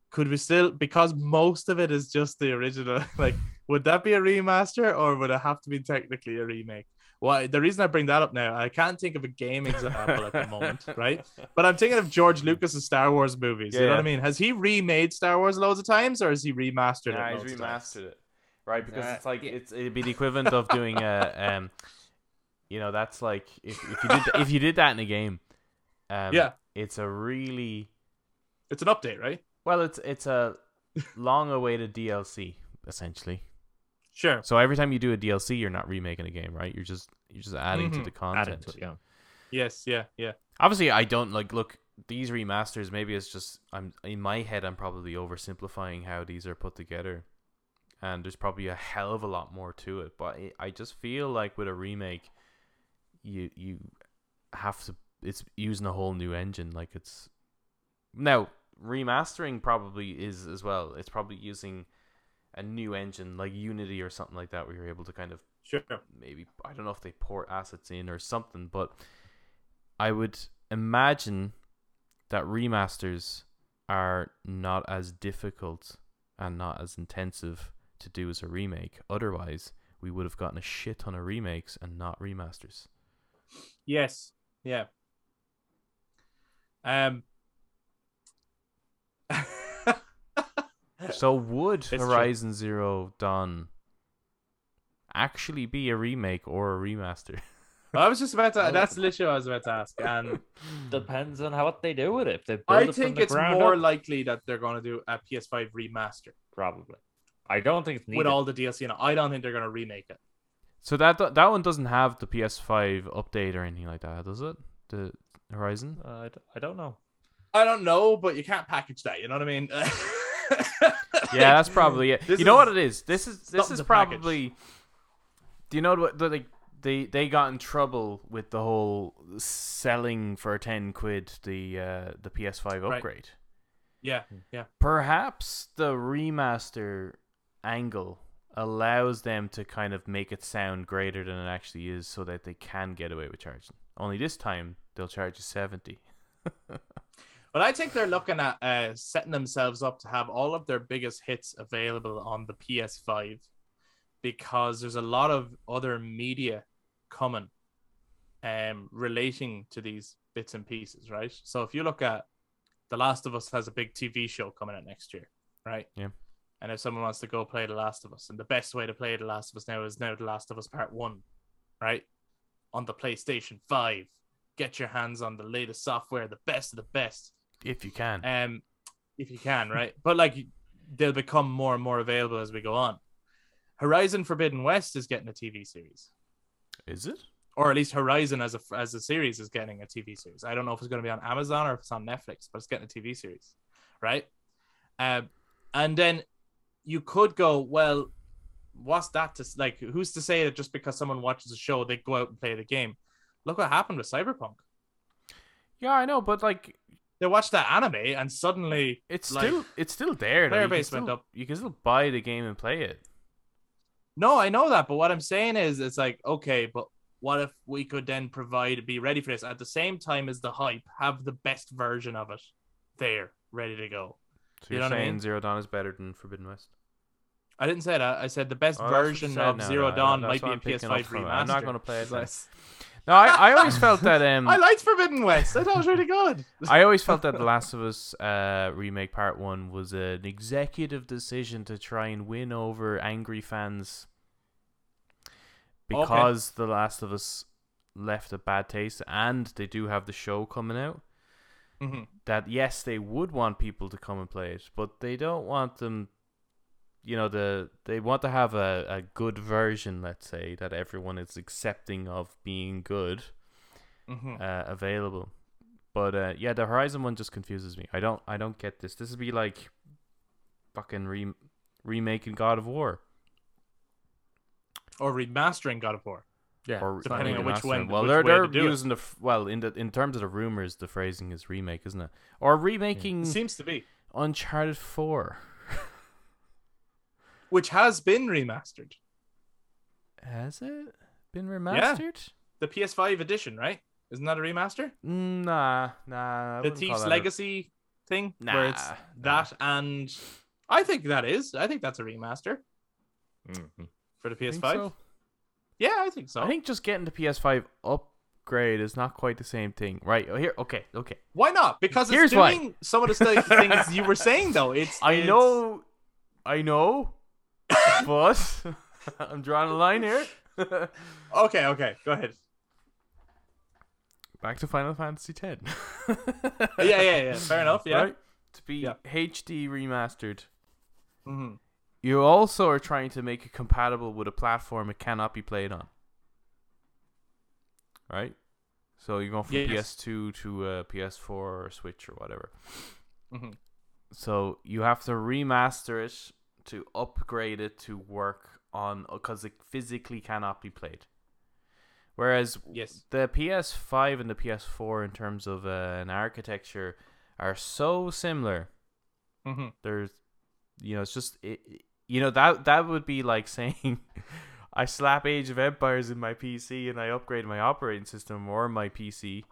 Speaker 1: Could we still because most of it is just the original <laughs> like would that be a remaster or would it have to be technically a remake? Well, the reason I bring that up now, I can't think of a game example at the
Speaker 2: <laughs>
Speaker 1: moment, right? But I'm thinking of George Lucas's Star Wars movies. You know what I
Speaker 2: Yeah.
Speaker 1: mean? Has he remade Star Wars loads of times, or has he remastered
Speaker 2: Nah,
Speaker 1: it?
Speaker 2: he's
Speaker 1: loads of times?
Speaker 2: remastered it, right? Because
Speaker 1: Nah,
Speaker 2: it's like it's it'd be the equivalent of doing
Speaker 1: <laughs>
Speaker 2: a um, you know, that's like if, if you did th- if you did that in a game, um,
Speaker 1: Yeah.
Speaker 2: it's a really
Speaker 1: It's an update, right?
Speaker 2: well, it's it's a long-awaited DLC essentially.
Speaker 1: Sure.
Speaker 2: So every time you do a DLC, you're not remaking a game, right? You're just you're just adding
Speaker 1: Mhm.
Speaker 2: to the
Speaker 3: Add it
Speaker 2: content.
Speaker 3: to it, yeah.
Speaker 1: Yes. Yeah. Yeah.
Speaker 2: Obviously, I don't like look these remasters. Maybe it's just I'm in my head. I'm probably oversimplifying how these are put together, and there's probably a hell of a lot more to it. But I I just feel like with a remake, you you have to it's using a whole new engine. Like it's now remastering probably is as well. It's probably using a new engine like Unity or something like that, where you're able to kind of
Speaker 1: Sure.
Speaker 2: maybe I don't know if they pour assets in or something, but I would imagine that remasters are not as difficult and not as intensive to do as a remake. Otherwise, we would have gotten a shit ton of remakes and not remasters.
Speaker 1: Yes. Yeah. Um. <laughs>
Speaker 2: So would
Speaker 1: true.
Speaker 2: Horizon Zero Dawn actually be a remake or a remaster?
Speaker 1: I was just about to. That's literally what I was about to ask, <laughs> and
Speaker 3: Depends on how, what they do with it. If they build it
Speaker 1: I
Speaker 3: from
Speaker 1: think
Speaker 3: the
Speaker 1: it's
Speaker 3: ground
Speaker 1: more
Speaker 3: up,
Speaker 1: likely that they're going to do a PS5 remaster
Speaker 3: probably. I don't think it's needed.
Speaker 1: with all the DLC. And I don't think they're going to remake it.
Speaker 2: So that that one doesn't have the PS5 update or anything like that, does it? The Horizon?
Speaker 3: Uh, I d- I don't know.
Speaker 1: I don't know, but you can't package that. You know what I mean? <laughs>
Speaker 2: Yeah, that's probably it.
Speaker 1: This
Speaker 2: you know
Speaker 1: is
Speaker 2: what it is? This is this
Speaker 1: something
Speaker 2: is
Speaker 1: to package.
Speaker 2: probably. Do you know what? Like they they got in trouble with the whole selling for ten quid the uh, the PS5
Speaker 1: Right.
Speaker 2: upgrade.
Speaker 1: yeah, yeah.
Speaker 2: Perhaps the remaster angle allows them to kind of make it sound greater than it actually is, so that they can get away with charging. Only this time they'll charge you seventy.
Speaker 1: But I think they're looking at uh, setting themselves up to have all of their biggest hits available on the PS5 because there's a lot of other media coming um, relating to these bits and pieces, right? So if you look at The Last of Us has a big TV show coming out next year, right?
Speaker 2: Yeah.
Speaker 1: And if someone wants to go play The Last of Us, and the best way to play The Last of Us now is now The Last of Us Part 1, right? On the PlayStation 5. Get your hands on the latest software, the best of the best
Speaker 2: If you can,
Speaker 1: um if you can right but like they'll become more and more available as we go on horizon forbidden west is getting a tv series
Speaker 2: is it?
Speaker 1: or at least horizon as a as a series is getting a tv series i don't know if it's going to be on amazon or if it's on netflix but it's getting a tv series right um and then you could go well what's that to s- like who's to say that just because someone watches a show they go out and play the game look what happened with cyberpunk
Speaker 2: Yeah, I know, but like
Speaker 1: they watched that anime and suddenly
Speaker 2: It's
Speaker 1: Like,
Speaker 2: still it's still there. though.
Speaker 1: player
Speaker 2: You can
Speaker 1: base went
Speaker 2: still-
Speaker 1: up.
Speaker 2: You can still buy the game and play it.
Speaker 1: No, I know that, but what I'm saying is, it's like okay, but what if we could then provide, be ready for this at the same time as the hype, have the best version of it there, ready to go.
Speaker 2: So
Speaker 1: You
Speaker 2: you're
Speaker 1: know what I
Speaker 2: saying
Speaker 1: mean?
Speaker 2: Zero Dawn is better than Forbidden West?
Speaker 1: I didn't say that. I said the best
Speaker 2: Oh, that's what you
Speaker 1: version
Speaker 2: said
Speaker 1: of
Speaker 2: now,
Speaker 1: Zero
Speaker 2: though.
Speaker 1: Dawn
Speaker 2: That's
Speaker 1: might be
Speaker 2: what
Speaker 1: a
Speaker 2: I'm picking up
Speaker 1: PS5
Speaker 2: from
Speaker 1: remaster.
Speaker 2: it. I'm not gonna play
Speaker 1: <laughs>
Speaker 2: it then.
Speaker 1: Nice.
Speaker 2: No, I, I always
Speaker 1: <laughs>
Speaker 2: felt that um
Speaker 1: I liked Forbidden West. I thought it was really
Speaker 2: <laughs>
Speaker 1: good.
Speaker 2: I always felt that The Last of Us uh, remake part one was an executive decision to try and win over angry fans
Speaker 1: Okay.
Speaker 2: because The Last of Us left a bad taste and they do have the show coming out.
Speaker 1: Mhm.
Speaker 2: That yes, they would want people to come and play it, but they don't want them you know, the they want to have a, a good version, let's say, that everyone is accepting of being good
Speaker 1: Mhm.
Speaker 2: uh, available. But uh, yeah, the Horizon one just confuses me. I don't I don't get this. This would be like fucking re- remaking God of War
Speaker 1: <laughs> Or remastering God of War.
Speaker 3: Yeah.
Speaker 2: or
Speaker 1: Depending on
Speaker 2: not remastering
Speaker 1: which
Speaker 2: it.
Speaker 1: one-
Speaker 2: Well,
Speaker 1: which
Speaker 2: they're
Speaker 1: way to
Speaker 2: they're
Speaker 1: do it.
Speaker 2: using the f- well in the in terms of the rumors, the phrasing is remake, isn't it? Or remaking
Speaker 1: It seems to be.
Speaker 2: Uncharted Four.
Speaker 1: Which has been remastered.
Speaker 2: Has it been remastered?
Speaker 1: The PS5 edition, right? Isn't that a remaster?
Speaker 2: Nah, nah.
Speaker 1: the
Speaker 2: I wouldn't call
Speaker 1: Thief's
Speaker 2: that a-
Speaker 1: Legacy thing? Where it's
Speaker 2: Nah, nah.
Speaker 1: that and I think that is. I think that's a remaster
Speaker 2: Mm-hmm.
Speaker 3: Mhm.
Speaker 1: for the PS5.
Speaker 2: Think so?
Speaker 1: Yeah, I think so.
Speaker 2: I think just getting the PS5 upgrade is not quite the same thing, right? oh, Here, okay, okay.
Speaker 1: Why not? Because it's
Speaker 2: Here's why.
Speaker 1: doing some of the st- things you were saying though. It's
Speaker 2: <laughs> I
Speaker 1: it's-
Speaker 2: know, I
Speaker 1: <laughs>
Speaker 2: know, but <laughs> I'm drawing a line here. <laughs>
Speaker 1: Okay, okay, go ahead.
Speaker 2: Back to Final Fantasy X.
Speaker 1: Yeah,
Speaker 2: <laughs>
Speaker 1: yeah, yeah. Fair enough. Yeah.
Speaker 2: Right? To be
Speaker 1: Yeah.
Speaker 2: HD remastered.
Speaker 1: hmm
Speaker 2: You also are trying to make it compatible with a platform it cannot be played on. Right? So you're going from
Speaker 1: Yes.
Speaker 2: PS2 to uh, PS4 or Switch or whatever.
Speaker 1: Mhm.
Speaker 2: So you have to remaster it to upgrade it to work on because it physically cannot be played. Whereas
Speaker 1: Yes.
Speaker 2: the PS5 and the PS4 in terms of uh, an architecture are so similar
Speaker 1: hmm
Speaker 2: there's you know it's just it, it- you know that that would be like <laughs> saying i slap age of empires in my pc and i upgrade my operating system or my pc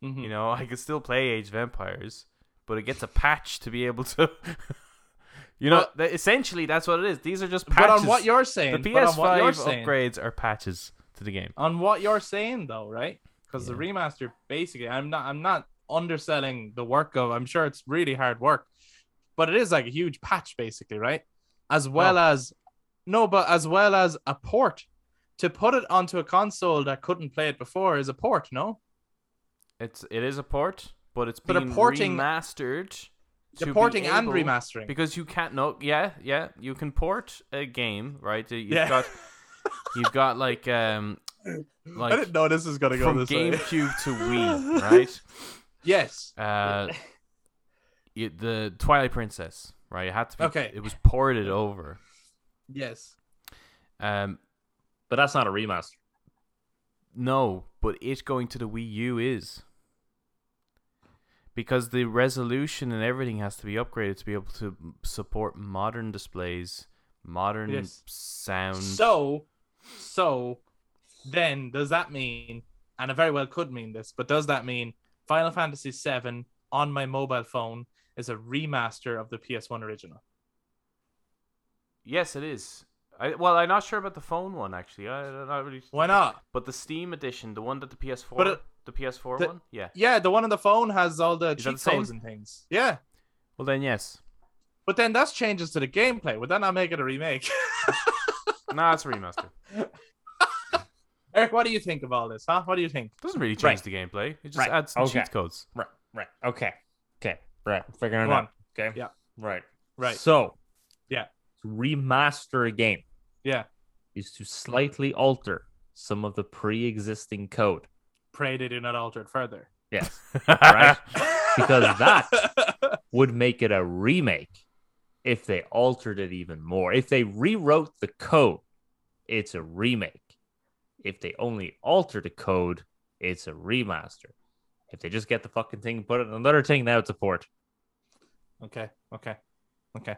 Speaker 1: hmm
Speaker 2: you know i can still play age of empires but it gets a patch to be able to <laughs> you know
Speaker 1: But-
Speaker 2: that essentially that's what it is these are just patches
Speaker 1: But on what you're
Speaker 2: the
Speaker 1: saying, but on what you're
Speaker 2: ps5
Speaker 1: saying,
Speaker 2: upgrades are patches to the game
Speaker 1: on what you're saying though, right? Because the
Speaker 2: Yeah.
Speaker 1: remaster basically, I'm not, I'm not underselling the work of. I'm sure it's really hard work, but it is like a huge patch basically, right? As well as no, but as well as a port to put it onto a console that couldn't play it before is a port, no?
Speaker 2: it's it is a port but it's
Speaker 1: But a
Speaker 2: being
Speaker 1: porting-
Speaker 2: remastered to
Speaker 1: The
Speaker 2: be
Speaker 1: porting and
Speaker 2: able-
Speaker 1: remastering.
Speaker 2: because you can't no yeah yeah you can port a game right you've
Speaker 1: Yeah. <laughs>
Speaker 2: got you've got like um
Speaker 1: I
Speaker 2: like
Speaker 1: didn't know this was gonna go
Speaker 2: from
Speaker 1: this way.
Speaker 2: GameCube to Wii right
Speaker 1: <laughs> Yes.
Speaker 2: uh you, the Twilight Princess right it had to be
Speaker 1: Okay.
Speaker 2: it was ported over
Speaker 1: Yes.
Speaker 2: um
Speaker 3: But that's not a remaster.
Speaker 2: no but it going to the Wii U is because the resolution and everything has to be upgraded to be able to support modern displays modern
Speaker 1: Yes.
Speaker 2: sound
Speaker 1: So, so then does that mean, and it very well could mean this, but does that mean Final Fantasy VII on my mobile phone is a remaster of the PS1 original?
Speaker 2: Yes, it is. I, well, I'm not sure about the phone one actually. I, I'm not really.
Speaker 1: Why not?
Speaker 2: But the Steam edition, the one that the PS4,
Speaker 1: But it-
Speaker 2: the PS4
Speaker 1: the-
Speaker 2: one, yeah.
Speaker 1: Yeah, the one on the phone has all the
Speaker 2: Is that the
Speaker 1: cheat codes
Speaker 2: same?
Speaker 1: and things. Yeah.
Speaker 2: Well, then yes.
Speaker 1: But then that's changes to the gameplay. Would that not make it a remake? <laughs>
Speaker 2: Nah, it's a remaster.
Speaker 1: Eric, what do you think of all this, huh? What do you think?
Speaker 2: Doesn't really change
Speaker 3: Right.
Speaker 2: the gameplay. It just
Speaker 3: Right.
Speaker 2: adds some
Speaker 3: Okay.
Speaker 2: cheat codes.
Speaker 3: Right. Right. Okay. Okay. Right. Figuring
Speaker 1: Come
Speaker 3: it
Speaker 1: on.
Speaker 3: out. Okay.
Speaker 1: Yeah.
Speaker 3: Right.
Speaker 1: Right.
Speaker 3: So,
Speaker 1: Yeah.
Speaker 3: to remaster a game
Speaker 1: Yeah.
Speaker 3: is to slightly alter some of the pre-existing code.
Speaker 1: Pray they do not alter it
Speaker 2: <laughs>
Speaker 1: further. <laughs>
Speaker 3: Yes, Right. Because that- would make it a remake if they altered it even more. If they rewrote the code, it's a remake. If they only alter the code, it's a remaster. If they just get the fucking thing and put it in another thing, now it's a port.
Speaker 1: Okay. Okay. Okay.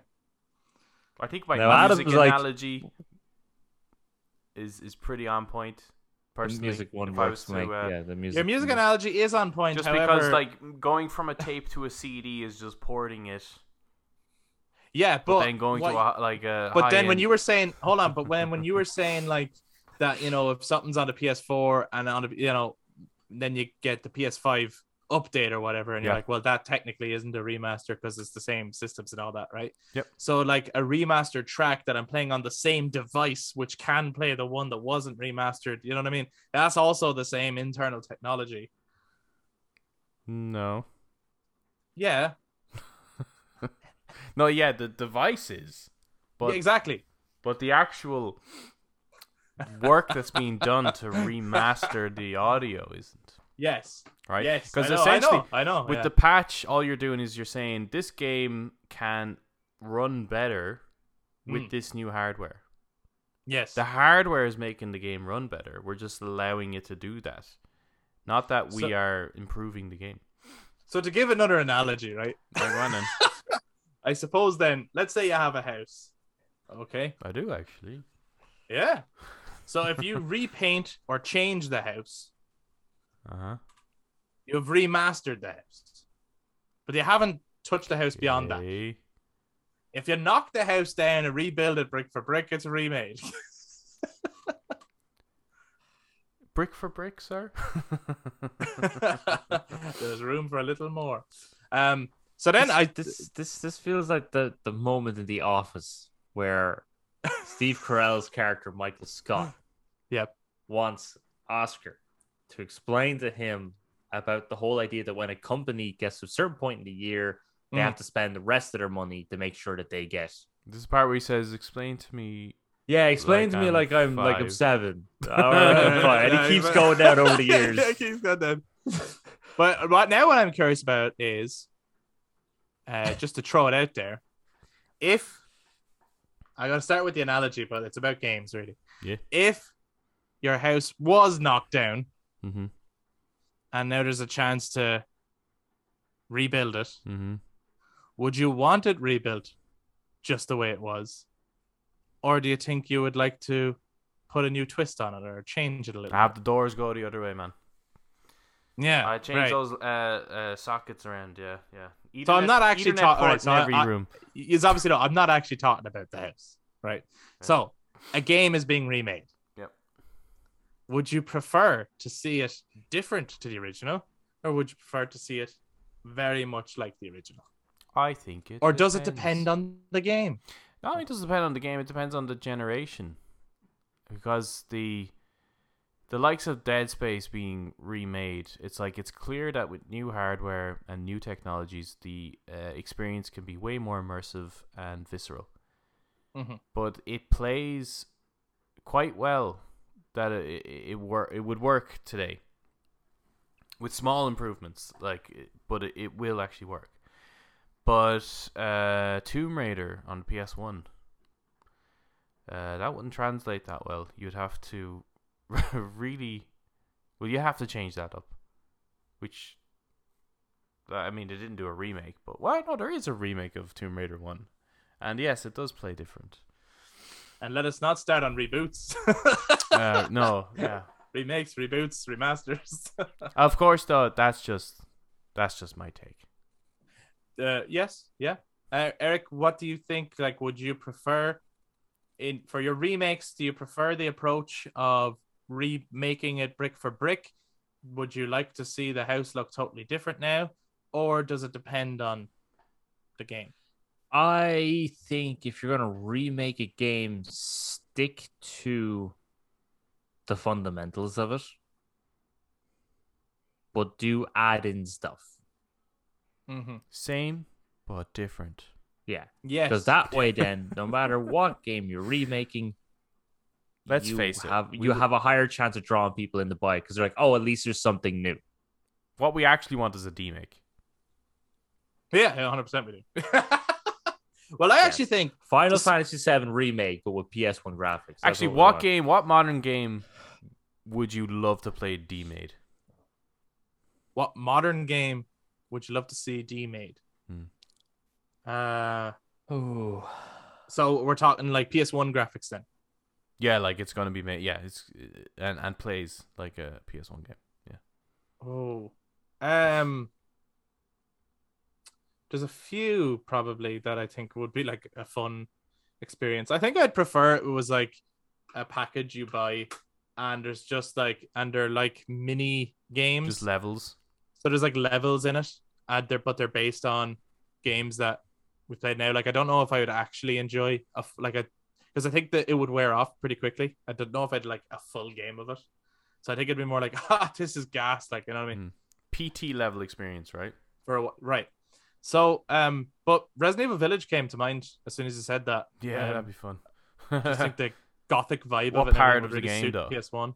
Speaker 2: I think my
Speaker 3: Now, Adam's
Speaker 2: music
Speaker 3: like-
Speaker 2: analogy is is pretty on point.
Speaker 3: The
Speaker 2: personally.
Speaker 3: music one
Speaker 2: if I was
Speaker 3: works,
Speaker 2: to,
Speaker 3: Mike.
Speaker 2: uh,
Speaker 3: yeah, the music.
Speaker 1: Your music analogy is on point.
Speaker 2: just
Speaker 1: however,
Speaker 2: because like going from a tape to a CD is just porting it,
Speaker 1: yeah, but,
Speaker 2: but, then going
Speaker 1: what-
Speaker 2: to a, like a.
Speaker 1: but then when
Speaker 2: high-end-
Speaker 1: you were saying hold on but when when you were saying like that you know if something's on the ps4 and on the you know then you get the ps5 update or whatever and you're
Speaker 2: Yeah.
Speaker 1: like well that technically isn't a remaster because it's the same systems and all that right
Speaker 2: Yep.
Speaker 1: so like a remastered track that i'm playing on the same device which can play the one that wasn't remastered you know what i mean that's also the same internal technology
Speaker 2: no,
Speaker 1: yeah
Speaker 2: no, yeah, the devices, but
Speaker 1: exactly
Speaker 2: but the actual work that's being done
Speaker 1: <laughs>
Speaker 2: to remaster the audio isn't
Speaker 1: yes
Speaker 2: right.
Speaker 1: yes
Speaker 2: because
Speaker 1: I know,
Speaker 2: essentially
Speaker 1: i know, I know
Speaker 2: with
Speaker 1: yeah.
Speaker 2: the patch, all you're doing is you're saying this game can run better with
Speaker 1: Mm.
Speaker 2: this new hardware.
Speaker 1: yes
Speaker 2: The hardware is making the game run better. We're just allowing it to do that. Not that we
Speaker 1: So-
Speaker 2: are improving the game.
Speaker 1: so to give another analogy right
Speaker 2: Like, go on
Speaker 1: <laughs>
Speaker 2: then.
Speaker 1: I suppose then, let's say you have a house. Okay.
Speaker 2: I do actually.
Speaker 1: Yeah. So if you repaint or change the house,
Speaker 2: Uh huh.
Speaker 1: you have remastered the house. But you haven't touched the house beyond that. If you knock the house down and rebuild it brick for brick, it's a remade. <laughs>
Speaker 2: Brick for brick, sir. <laughs>
Speaker 1: There's room for a little more. Um so then I
Speaker 3: this this this feels like the the moment in The Office where Steve Carell's character Michael Scott,
Speaker 1: Yep.
Speaker 3: wants Oscar to explain to him about the whole idea that when a company gets to a certain point in the year, they
Speaker 1: Mm.
Speaker 3: have to spend the rest of their money to make sure that they get.
Speaker 2: this is the part where he says, "Explain to me."
Speaker 3: Yeah, explain
Speaker 2: Like
Speaker 3: to me
Speaker 2: I'm
Speaker 3: like I'm like I'm
Speaker 2: five.
Speaker 3: seven, or
Speaker 1: <laughs>
Speaker 3: I'm five. and
Speaker 1: Yeah,
Speaker 3: he keeps
Speaker 1: but-
Speaker 3: going down over the years.
Speaker 1: <laughs> yeah, he's got that. But right now, what I'm curious about is, uh, just to throw it out there, if I gotta start with the analogy, but it's about games really.
Speaker 2: Yeah.
Speaker 1: If your house was knocked down
Speaker 2: Mm-hmm.
Speaker 1: and now there's a chance to rebuild it,
Speaker 2: Mm-hmm.
Speaker 1: would you want it rebuilt just the way it was, or do you think you would like to put a new twist on it or change it a little?
Speaker 2: I have the doors go the other way, man.
Speaker 1: yeah,
Speaker 2: Ah, I change
Speaker 1: right.
Speaker 2: those uh, uh, sockets around. Yeah, yeah. Ethernet,
Speaker 1: So I'm not actually
Speaker 2: Ethernet
Speaker 1: talk-
Speaker 2: port
Speaker 1: alright, so
Speaker 2: in
Speaker 1: I-
Speaker 2: every
Speaker 1: I-
Speaker 2: room.
Speaker 1: is obviously not. I'm not actually talking about the house, right? So a game is being remade.
Speaker 2: Yep.
Speaker 1: Would you prefer to see it different to the original, or would you prefer to see it very much like the original?
Speaker 2: I think it.
Speaker 1: Or does it depend on the game?
Speaker 2: Not only does it depend on the game, it depends on the generation, because the the likes of Dead Space being remade, it's like it's clear that with new hardware and new technologies, the uh, experience can be way more immersive and visceral.
Speaker 1: Mhm.
Speaker 2: But it plays quite well. That it it, it wor- it would work today with small improvements, like it- but it, it will actually work. But uh, Tomb Raider on PS One, uh, that wouldn't translate that well. You'd have to <laughs> really, well, you have to change that up. Which, uh, I mean, they didn't do a remake, but why? No, there is a remake of Tomb Raider One, and yes, it does play different.
Speaker 1: And let us not start on reboots, <laughs>
Speaker 2: Uh, no, yeah,
Speaker 1: remakes, reboots, remasters.
Speaker 2: of course though. That's just that's just my take.
Speaker 1: uh, yes, yeah. Uh, Eric, what do you think? Like, would you prefer in for your remakes? Do you prefer the approach of remaking it brick for brick? Would you like to see the house look totally different now, or does it depend on the game?
Speaker 3: I think if you're gonna remake a game, stick to the fundamentals of it, but do add in stuff.
Speaker 1: Mm-hmm.
Speaker 2: Same but different.
Speaker 3: Yeah,
Speaker 1: Yes,
Speaker 3: because that
Speaker 2: <laughs>
Speaker 3: way, then no matter what game you're remaking,
Speaker 2: Let's
Speaker 3: you
Speaker 2: face it,
Speaker 3: have
Speaker 2: we
Speaker 3: you
Speaker 2: would-
Speaker 3: have a higher chance of drawing people in the buy because they're like, oh, at least there's something new.
Speaker 2: What we actually want is a remake.
Speaker 1: yeah, hundred percent we do. <laughs> well, I actually think
Speaker 3: Final
Speaker 1: Just-
Speaker 3: Fantasy VII remake, but with PS1 graphics. That's
Speaker 2: Actually,
Speaker 3: we
Speaker 2: what
Speaker 3: want.
Speaker 2: game, what modern game would you love to play D made?
Speaker 1: what modern game would you love to see D made?
Speaker 2: Hmm.
Speaker 1: Uh,
Speaker 3: Ooh.
Speaker 1: so we're talking like PS1 graphics then.
Speaker 2: Yeah, like it's gonna be made. Yeah, it's uh, and and plays like a PS1 game.
Speaker 1: Oh, um, there's a few probably that I think would be like a fun experience. I think I'd prefer it was like a package you buy, and there's just like and they're like mini games.
Speaker 2: Just levels.
Speaker 1: so there's like levels in it, and they're but they're based on games that we played now. Like I don't know if I would actually enjoy a f- like a because I think that it would wear off pretty quickly. I don't know if I'd like a full game of it. So I think it'd be more like, <laughs> ah, this is gas. Like you know what I mean.
Speaker 2: PT level experience, right?
Speaker 1: for a while. Right. So, um, but Resident Evil Village came to mind as soon as you said that.
Speaker 2: Yeah,
Speaker 1: Um,
Speaker 2: <laughs> that'd be fun.
Speaker 1: I just
Speaker 2: <laughs>
Speaker 1: think the gothic vibe
Speaker 2: What
Speaker 1: of it and
Speaker 2: part
Speaker 1: everyone
Speaker 2: of
Speaker 1: would really
Speaker 2: the game,
Speaker 1: suit
Speaker 2: though?
Speaker 1: PS1.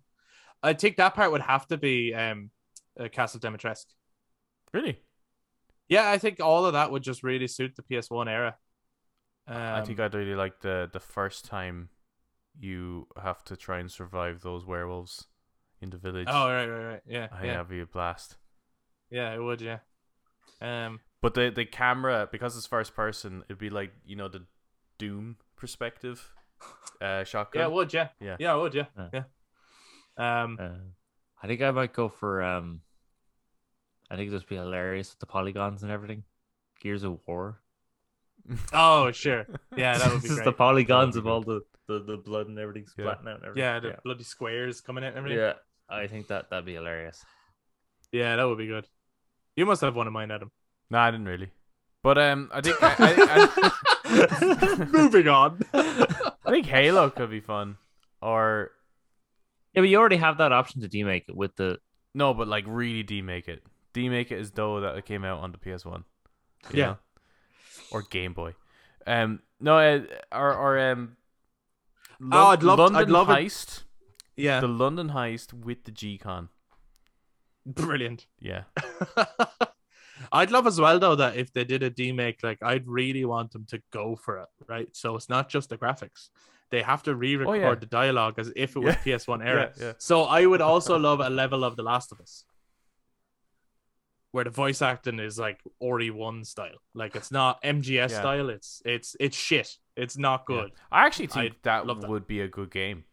Speaker 1: I think that part would have to be um, uh, Castle Demetresque.
Speaker 2: really?
Speaker 1: Yeah, I think all of that would just really suit the PS1 era. Um,
Speaker 2: I think I'd really like the the first time you have to try and survive those werewolves in the village.
Speaker 1: Oh right, right, right. Yeah,
Speaker 2: I
Speaker 1: yeah,
Speaker 2: that'd be a blast.
Speaker 1: yeah. It would, yeah. Um,
Speaker 2: But the the camera, because it's first person, it'd be like you know the Doom perspective, uh, shotgun.
Speaker 1: yeah, it would, yeah,
Speaker 2: Yeah.
Speaker 1: yeah, it would, yeah,
Speaker 3: Yeah.
Speaker 1: yeah. Um,
Speaker 3: Uh, I think I might go for um. I think it'd just be hilarious with the polygons and everything. Gears of War.
Speaker 1: oh sure, yeah, that
Speaker 3: <laughs>
Speaker 2: <laughs>
Speaker 1: would be
Speaker 3: It's just
Speaker 1: great.
Speaker 3: the polygons
Speaker 2: That would
Speaker 3: of
Speaker 2: be
Speaker 3: all the, the, the blood and everything
Speaker 2: Yeah.
Speaker 3: splatting out. And everything.
Speaker 1: yeah, the bloody squares coming in and everything.
Speaker 3: yeah. I think that that'd be hilarious.
Speaker 1: Yeah, that would be good. You must have one in mind, Adam.
Speaker 2: No, I didn't really. But um, I think I, I, I,
Speaker 1: <laughs>
Speaker 2: <laughs>
Speaker 1: Moving on.
Speaker 2: I think Halo could be fun, or
Speaker 3: Yeah, but you already have that option to demake it with the
Speaker 2: no, but like really demake it, demake it as though that it came out on the PS One, you
Speaker 1: Yeah.
Speaker 2: know? or Game Boy. Um, no, uh, or or um, Lon-
Speaker 1: Ah, I'd love-
Speaker 2: London
Speaker 1: I'd love it-
Speaker 2: heist,
Speaker 1: yeah,
Speaker 2: the London heist with the G Con.
Speaker 1: brilliant. <laughs>
Speaker 2: Yeah,
Speaker 1: I'd love as well though that if they did a demake, like I'd really want them to go for it, right? So it's not just the graphics; they have to re-record
Speaker 2: Oh, yeah.
Speaker 1: the dialogue as if it was
Speaker 2: Yeah.
Speaker 1: PS1 era.
Speaker 2: Yeah, yeah.
Speaker 1: So I would also love a level of The Last of Us, where the voice acting is like Ori One style, like it's not MGS
Speaker 2: Yeah.
Speaker 1: style. It's it's it's shit. It's not
Speaker 2: Yeah.
Speaker 1: good.
Speaker 2: I actually think
Speaker 1: I'd
Speaker 2: that
Speaker 1: love that.
Speaker 2: would be a good game.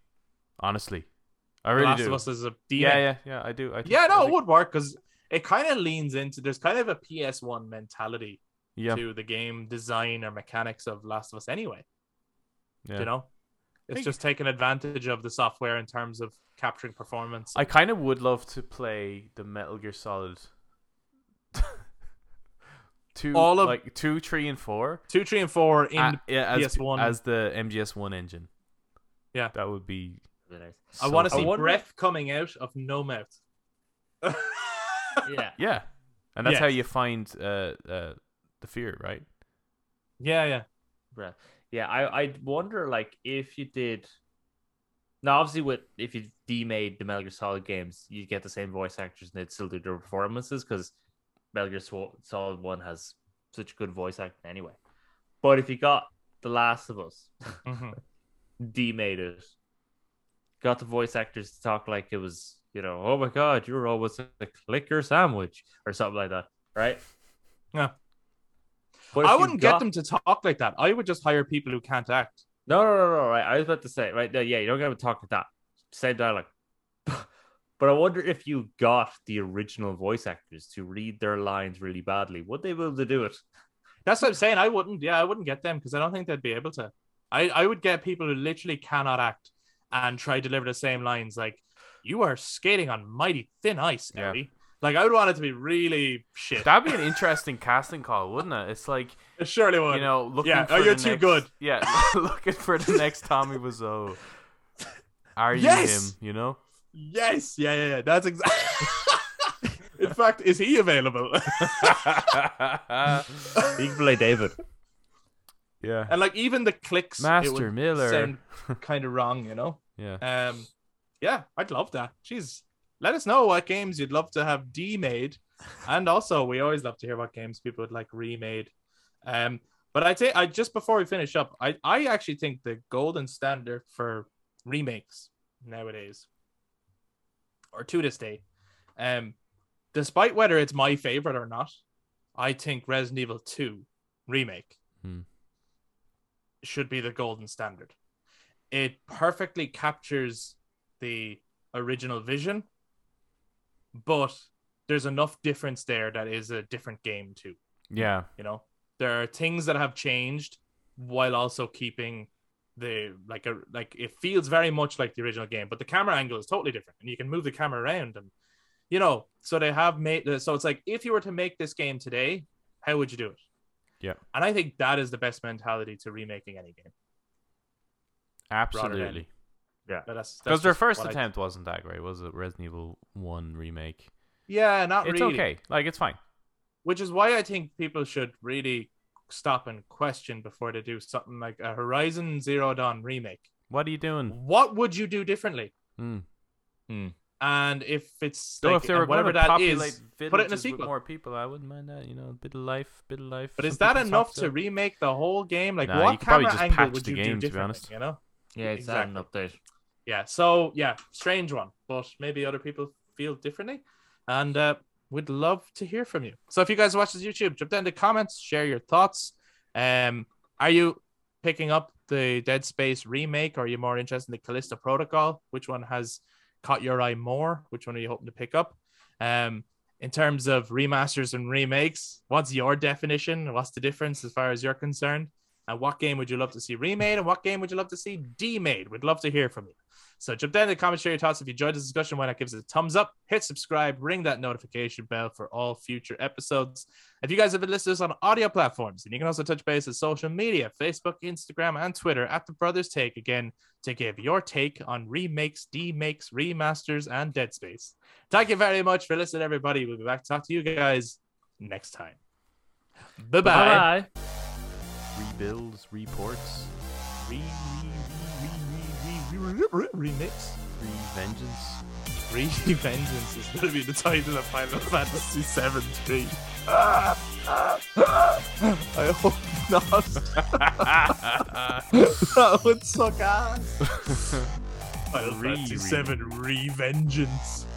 Speaker 2: Honestly, I
Speaker 1: the
Speaker 2: really
Speaker 1: Last
Speaker 2: do.
Speaker 1: of Us is a demake.
Speaker 2: yeah, yeah, yeah. I do. I think,
Speaker 1: Yeah,
Speaker 2: I
Speaker 1: no, it
Speaker 2: think-
Speaker 1: would work because it kind of leans into there's kind of a PS1 mentality
Speaker 2: Yeah,
Speaker 1: to the game design or mechanics of Last of Us anyway.
Speaker 2: yeah.
Speaker 1: You know, it's
Speaker 2: think-
Speaker 1: just taking advantage of the software in terms of capturing performance.
Speaker 2: I kind of would love to play the Metal Gear Solid. <laughs> two,
Speaker 1: All of-
Speaker 2: like two, three, and four.
Speaker 1: Two, three, and four in.
Speaker 2: Ah, yeah, as,
Speaker 1: PS1.
Speaker 2: as the MGS one engine.
Speaker 1: Yeah.
Speaker 2: that would be.
Speaker 1: I
Speaker 2: so
Speaker 1: want to
Speaker 2: fun.
Speaker 1: see
Speaker 3: wonder-
Speaker 1: breath coming out of no
Speaker 2: <laughs>
Speaker 1: mouth.
Speaker 3: Yeah.
Speaker 2: Yeah, and that's how
Speaker 1: Yes.
Speaker 2: you find uh, uh, the fear, right?
Speaker 1: yeah, yeah,
Speaker 3: Right. Yeah, I I wonder like if you did now obviously with if you demade the Metal Gear Solid games, you get the same voice actors and they'd still do their performances because Metal Gear Sol- Solid One has such good voice acting anyway. But if you got The Last of Us,
Speaker 1: Mhm.
Speaker 3: demade it, got the voice actors to talk like it was, you know, oh my god, you're always a clicker sandwich or something like that, right?
Speaker 1: Yeah.
Speaker 3: But if
Speaker 1: I
Speaker 3: you
Speaker 1: wouldn't
Speaker 3: got-
Speaker 1: get them to talk like that. I would just hire people who can't act.
Speaker 3: No, no, no, no. Right, I was about to say, right? No, yeah, you don't gotta talk like that. Same dialogue. <laughs> but I wonder if you got the original voice actors to read their lines really badly. Would they be able to do it?
Speaker 1: That's what I'm saying. I wouldn't. Yeah, I wouldn't get them because I don't think they'd be able to. I, I would get people who literally cannot act and try to deliver the same lines like, "You are skating on mighty thin ice,
Speaker 2: Yeah.
Speaker 1: Ellie." Like I would want it to be really shit.
Speaker 2: That'd be an interesting <laughs> casting call, wouldn't it? It's like
Speaker 1: It surely would.
Speaker 2: you know, looking.
Speaker 1: Yeah,
Speaker 2: for
Speaker 1: oh, you're
Speaker 2: the
Speaker 1: too
Speaker 2: next-
Speaker 1: good.
Speaker 2: Yeah, <laughs> looking for the next Tommy Wiseau. Are you
Speaker 1: Yes!
Speaker 2: him? You <laughs> know.
Speaker 1: Yes. Yeah. Yeah. yeah. That's exactly. <laughs> In fact, is he
Speaker 2: <laughs>
Speaker 1: available? <laughs>
Speaker 3: You can play David.
Speaker 2: yeah.
Speaker 1: and like even the clicks, it
Speaker 2: Master
Speaker 1: would
Speaker 2: Miller.
Speaker 1: sound kind of wrong, you know.
Speaker 2: Yeah.
Speaker 1: Um, yeah, I'd love that. Jeez, let us know what games you'd love to have D
Speaker 2: <laughs>
Speaker 1: made, and also we always love to hear what games people would like remade. Um, but I think I just before we finish up, I I actually think the golden standard for remakes nowadays, or to this day, um, despite whether it's my favorite or not, I think Resident Evil Two remake
Speaker 2: Hmm.
Speaker 1: should be the golden standard it perfectly captures the original vision, but there's enough difference there that is a different game too.
Speaker 2: Yeah.
Speaker 1: You know, there are things that have changed while also keeping the like a like it feels very much like the original game, but the camera angle is totally different, and you can move the camera around and you know. So they have made so it's like if you were to make this game today, how would you do it?
Speaker 2: Yeah.
Speaker 1: and I think that is the best mentality to remaking any game.
Speaker 2: Absolutely.
Speaker 1: But that's
Speaker 2: Because
Speaker 1: that's
Speaker 2: their
Speaker 1: just
Speaker 2: first
Speaker 1: what I-
Speaker 2: attempt wasn't that great, was it? Resident Evil One remake.
Speaker 1: yeah, not
Speaker 2: it's
Speaker 1: really.
Speaker 2: okay. Like it's fine.
Speaker 1: which is why I think people should really stop and question before they do something like a Horizon Zero Dawn remake.
Speaker 2: What are you doing?
Speaker 1: What would you do differently?
Speaker 2: Mm.
Speaker 1: And if it's
Speaker 2: Though
Speaker 1: like,
Speaker 2: if they were
Speaker 1: and whatever
Speaker 2: going to
Speaker 1: that
Speaker 2: populate
Speaker 1: is,
Speaker 2: villages
Speaker 1: put it in a
Speaker 2: with
Speaker 1: sequel.
Speaker 2: more people, I wouldn't mind that. You know, a bit of life, bit of life.
Speaker 1: But is
Speaker 2: some
Speaker 1: that
Speaker 2: people
Speaker 1: enough
Speaker 2: soft
Speaker 1: to
Speaker 2: up.
Speaker 1: remake the whole game? Like,
Speaker 2: Nah, you
Speaker 1: what
Speaker 2: could probably
Speaker 1: camera
Speaker 2: just
Speaker 1: angle
Speaker 2: patch
Speaker 1: would
Speaker 2: the
Speaker 1: you
Speaker 2: game, to
Speaker 1: do
Speaker 2: be
Speaker 1: differently?
Speaker 2: honest.
Speaker 1: You know?
Speaker 3: Yeah, it's not an update.
Speaker 1: Yeah. So yeah, strange one, but maybe other people feel differently, and uh, we'd love to hear from you. So if you guys watch this YouTube, jump down to comments, share your thoughts. Um, are you picking up the Dead Space remake, or are you more interested in the Callisto Protocol? Which one has caught your eye more? Which one are you hoping to pick up? Um, in terms of remasters and remakes, what's your definition? What's the difference as far as you're concerned? And what game would you love to see remade? And what game would you love to see demade? We'd love to hear from you. So jump down in the comments, share your thoughts. If you enjoyed this discussion, why not give us a thumbs up, hit subscribe, ring that notification bell for all future episodes. If you guys have been listening to us on audio platforms, and you can also touch base at social media, Facebook, Instagram, and Twitter at the Brothers Take again to give your take on remakes, demakes, remasters, and Dead Space. Thank you very much for listening, everybody. We'll be back to talk to you guys next time. Bye-bye.
Speaker 3: Bye.
Speaker 2: Rebuilds, reports,
Speaker 1: re, re, re, re, re, re, re, remix.
Speaker 2: revengeance.
Speaker 1: Re <laughs> Vengeance is going to be the title of Final Fantasy VII 3. <laughs> Ah, ah, ah. I hope not. <laughs> that would suck ass. Final
Speaker 2: Re-
Speaker 1: Fantasy VII Revengeance.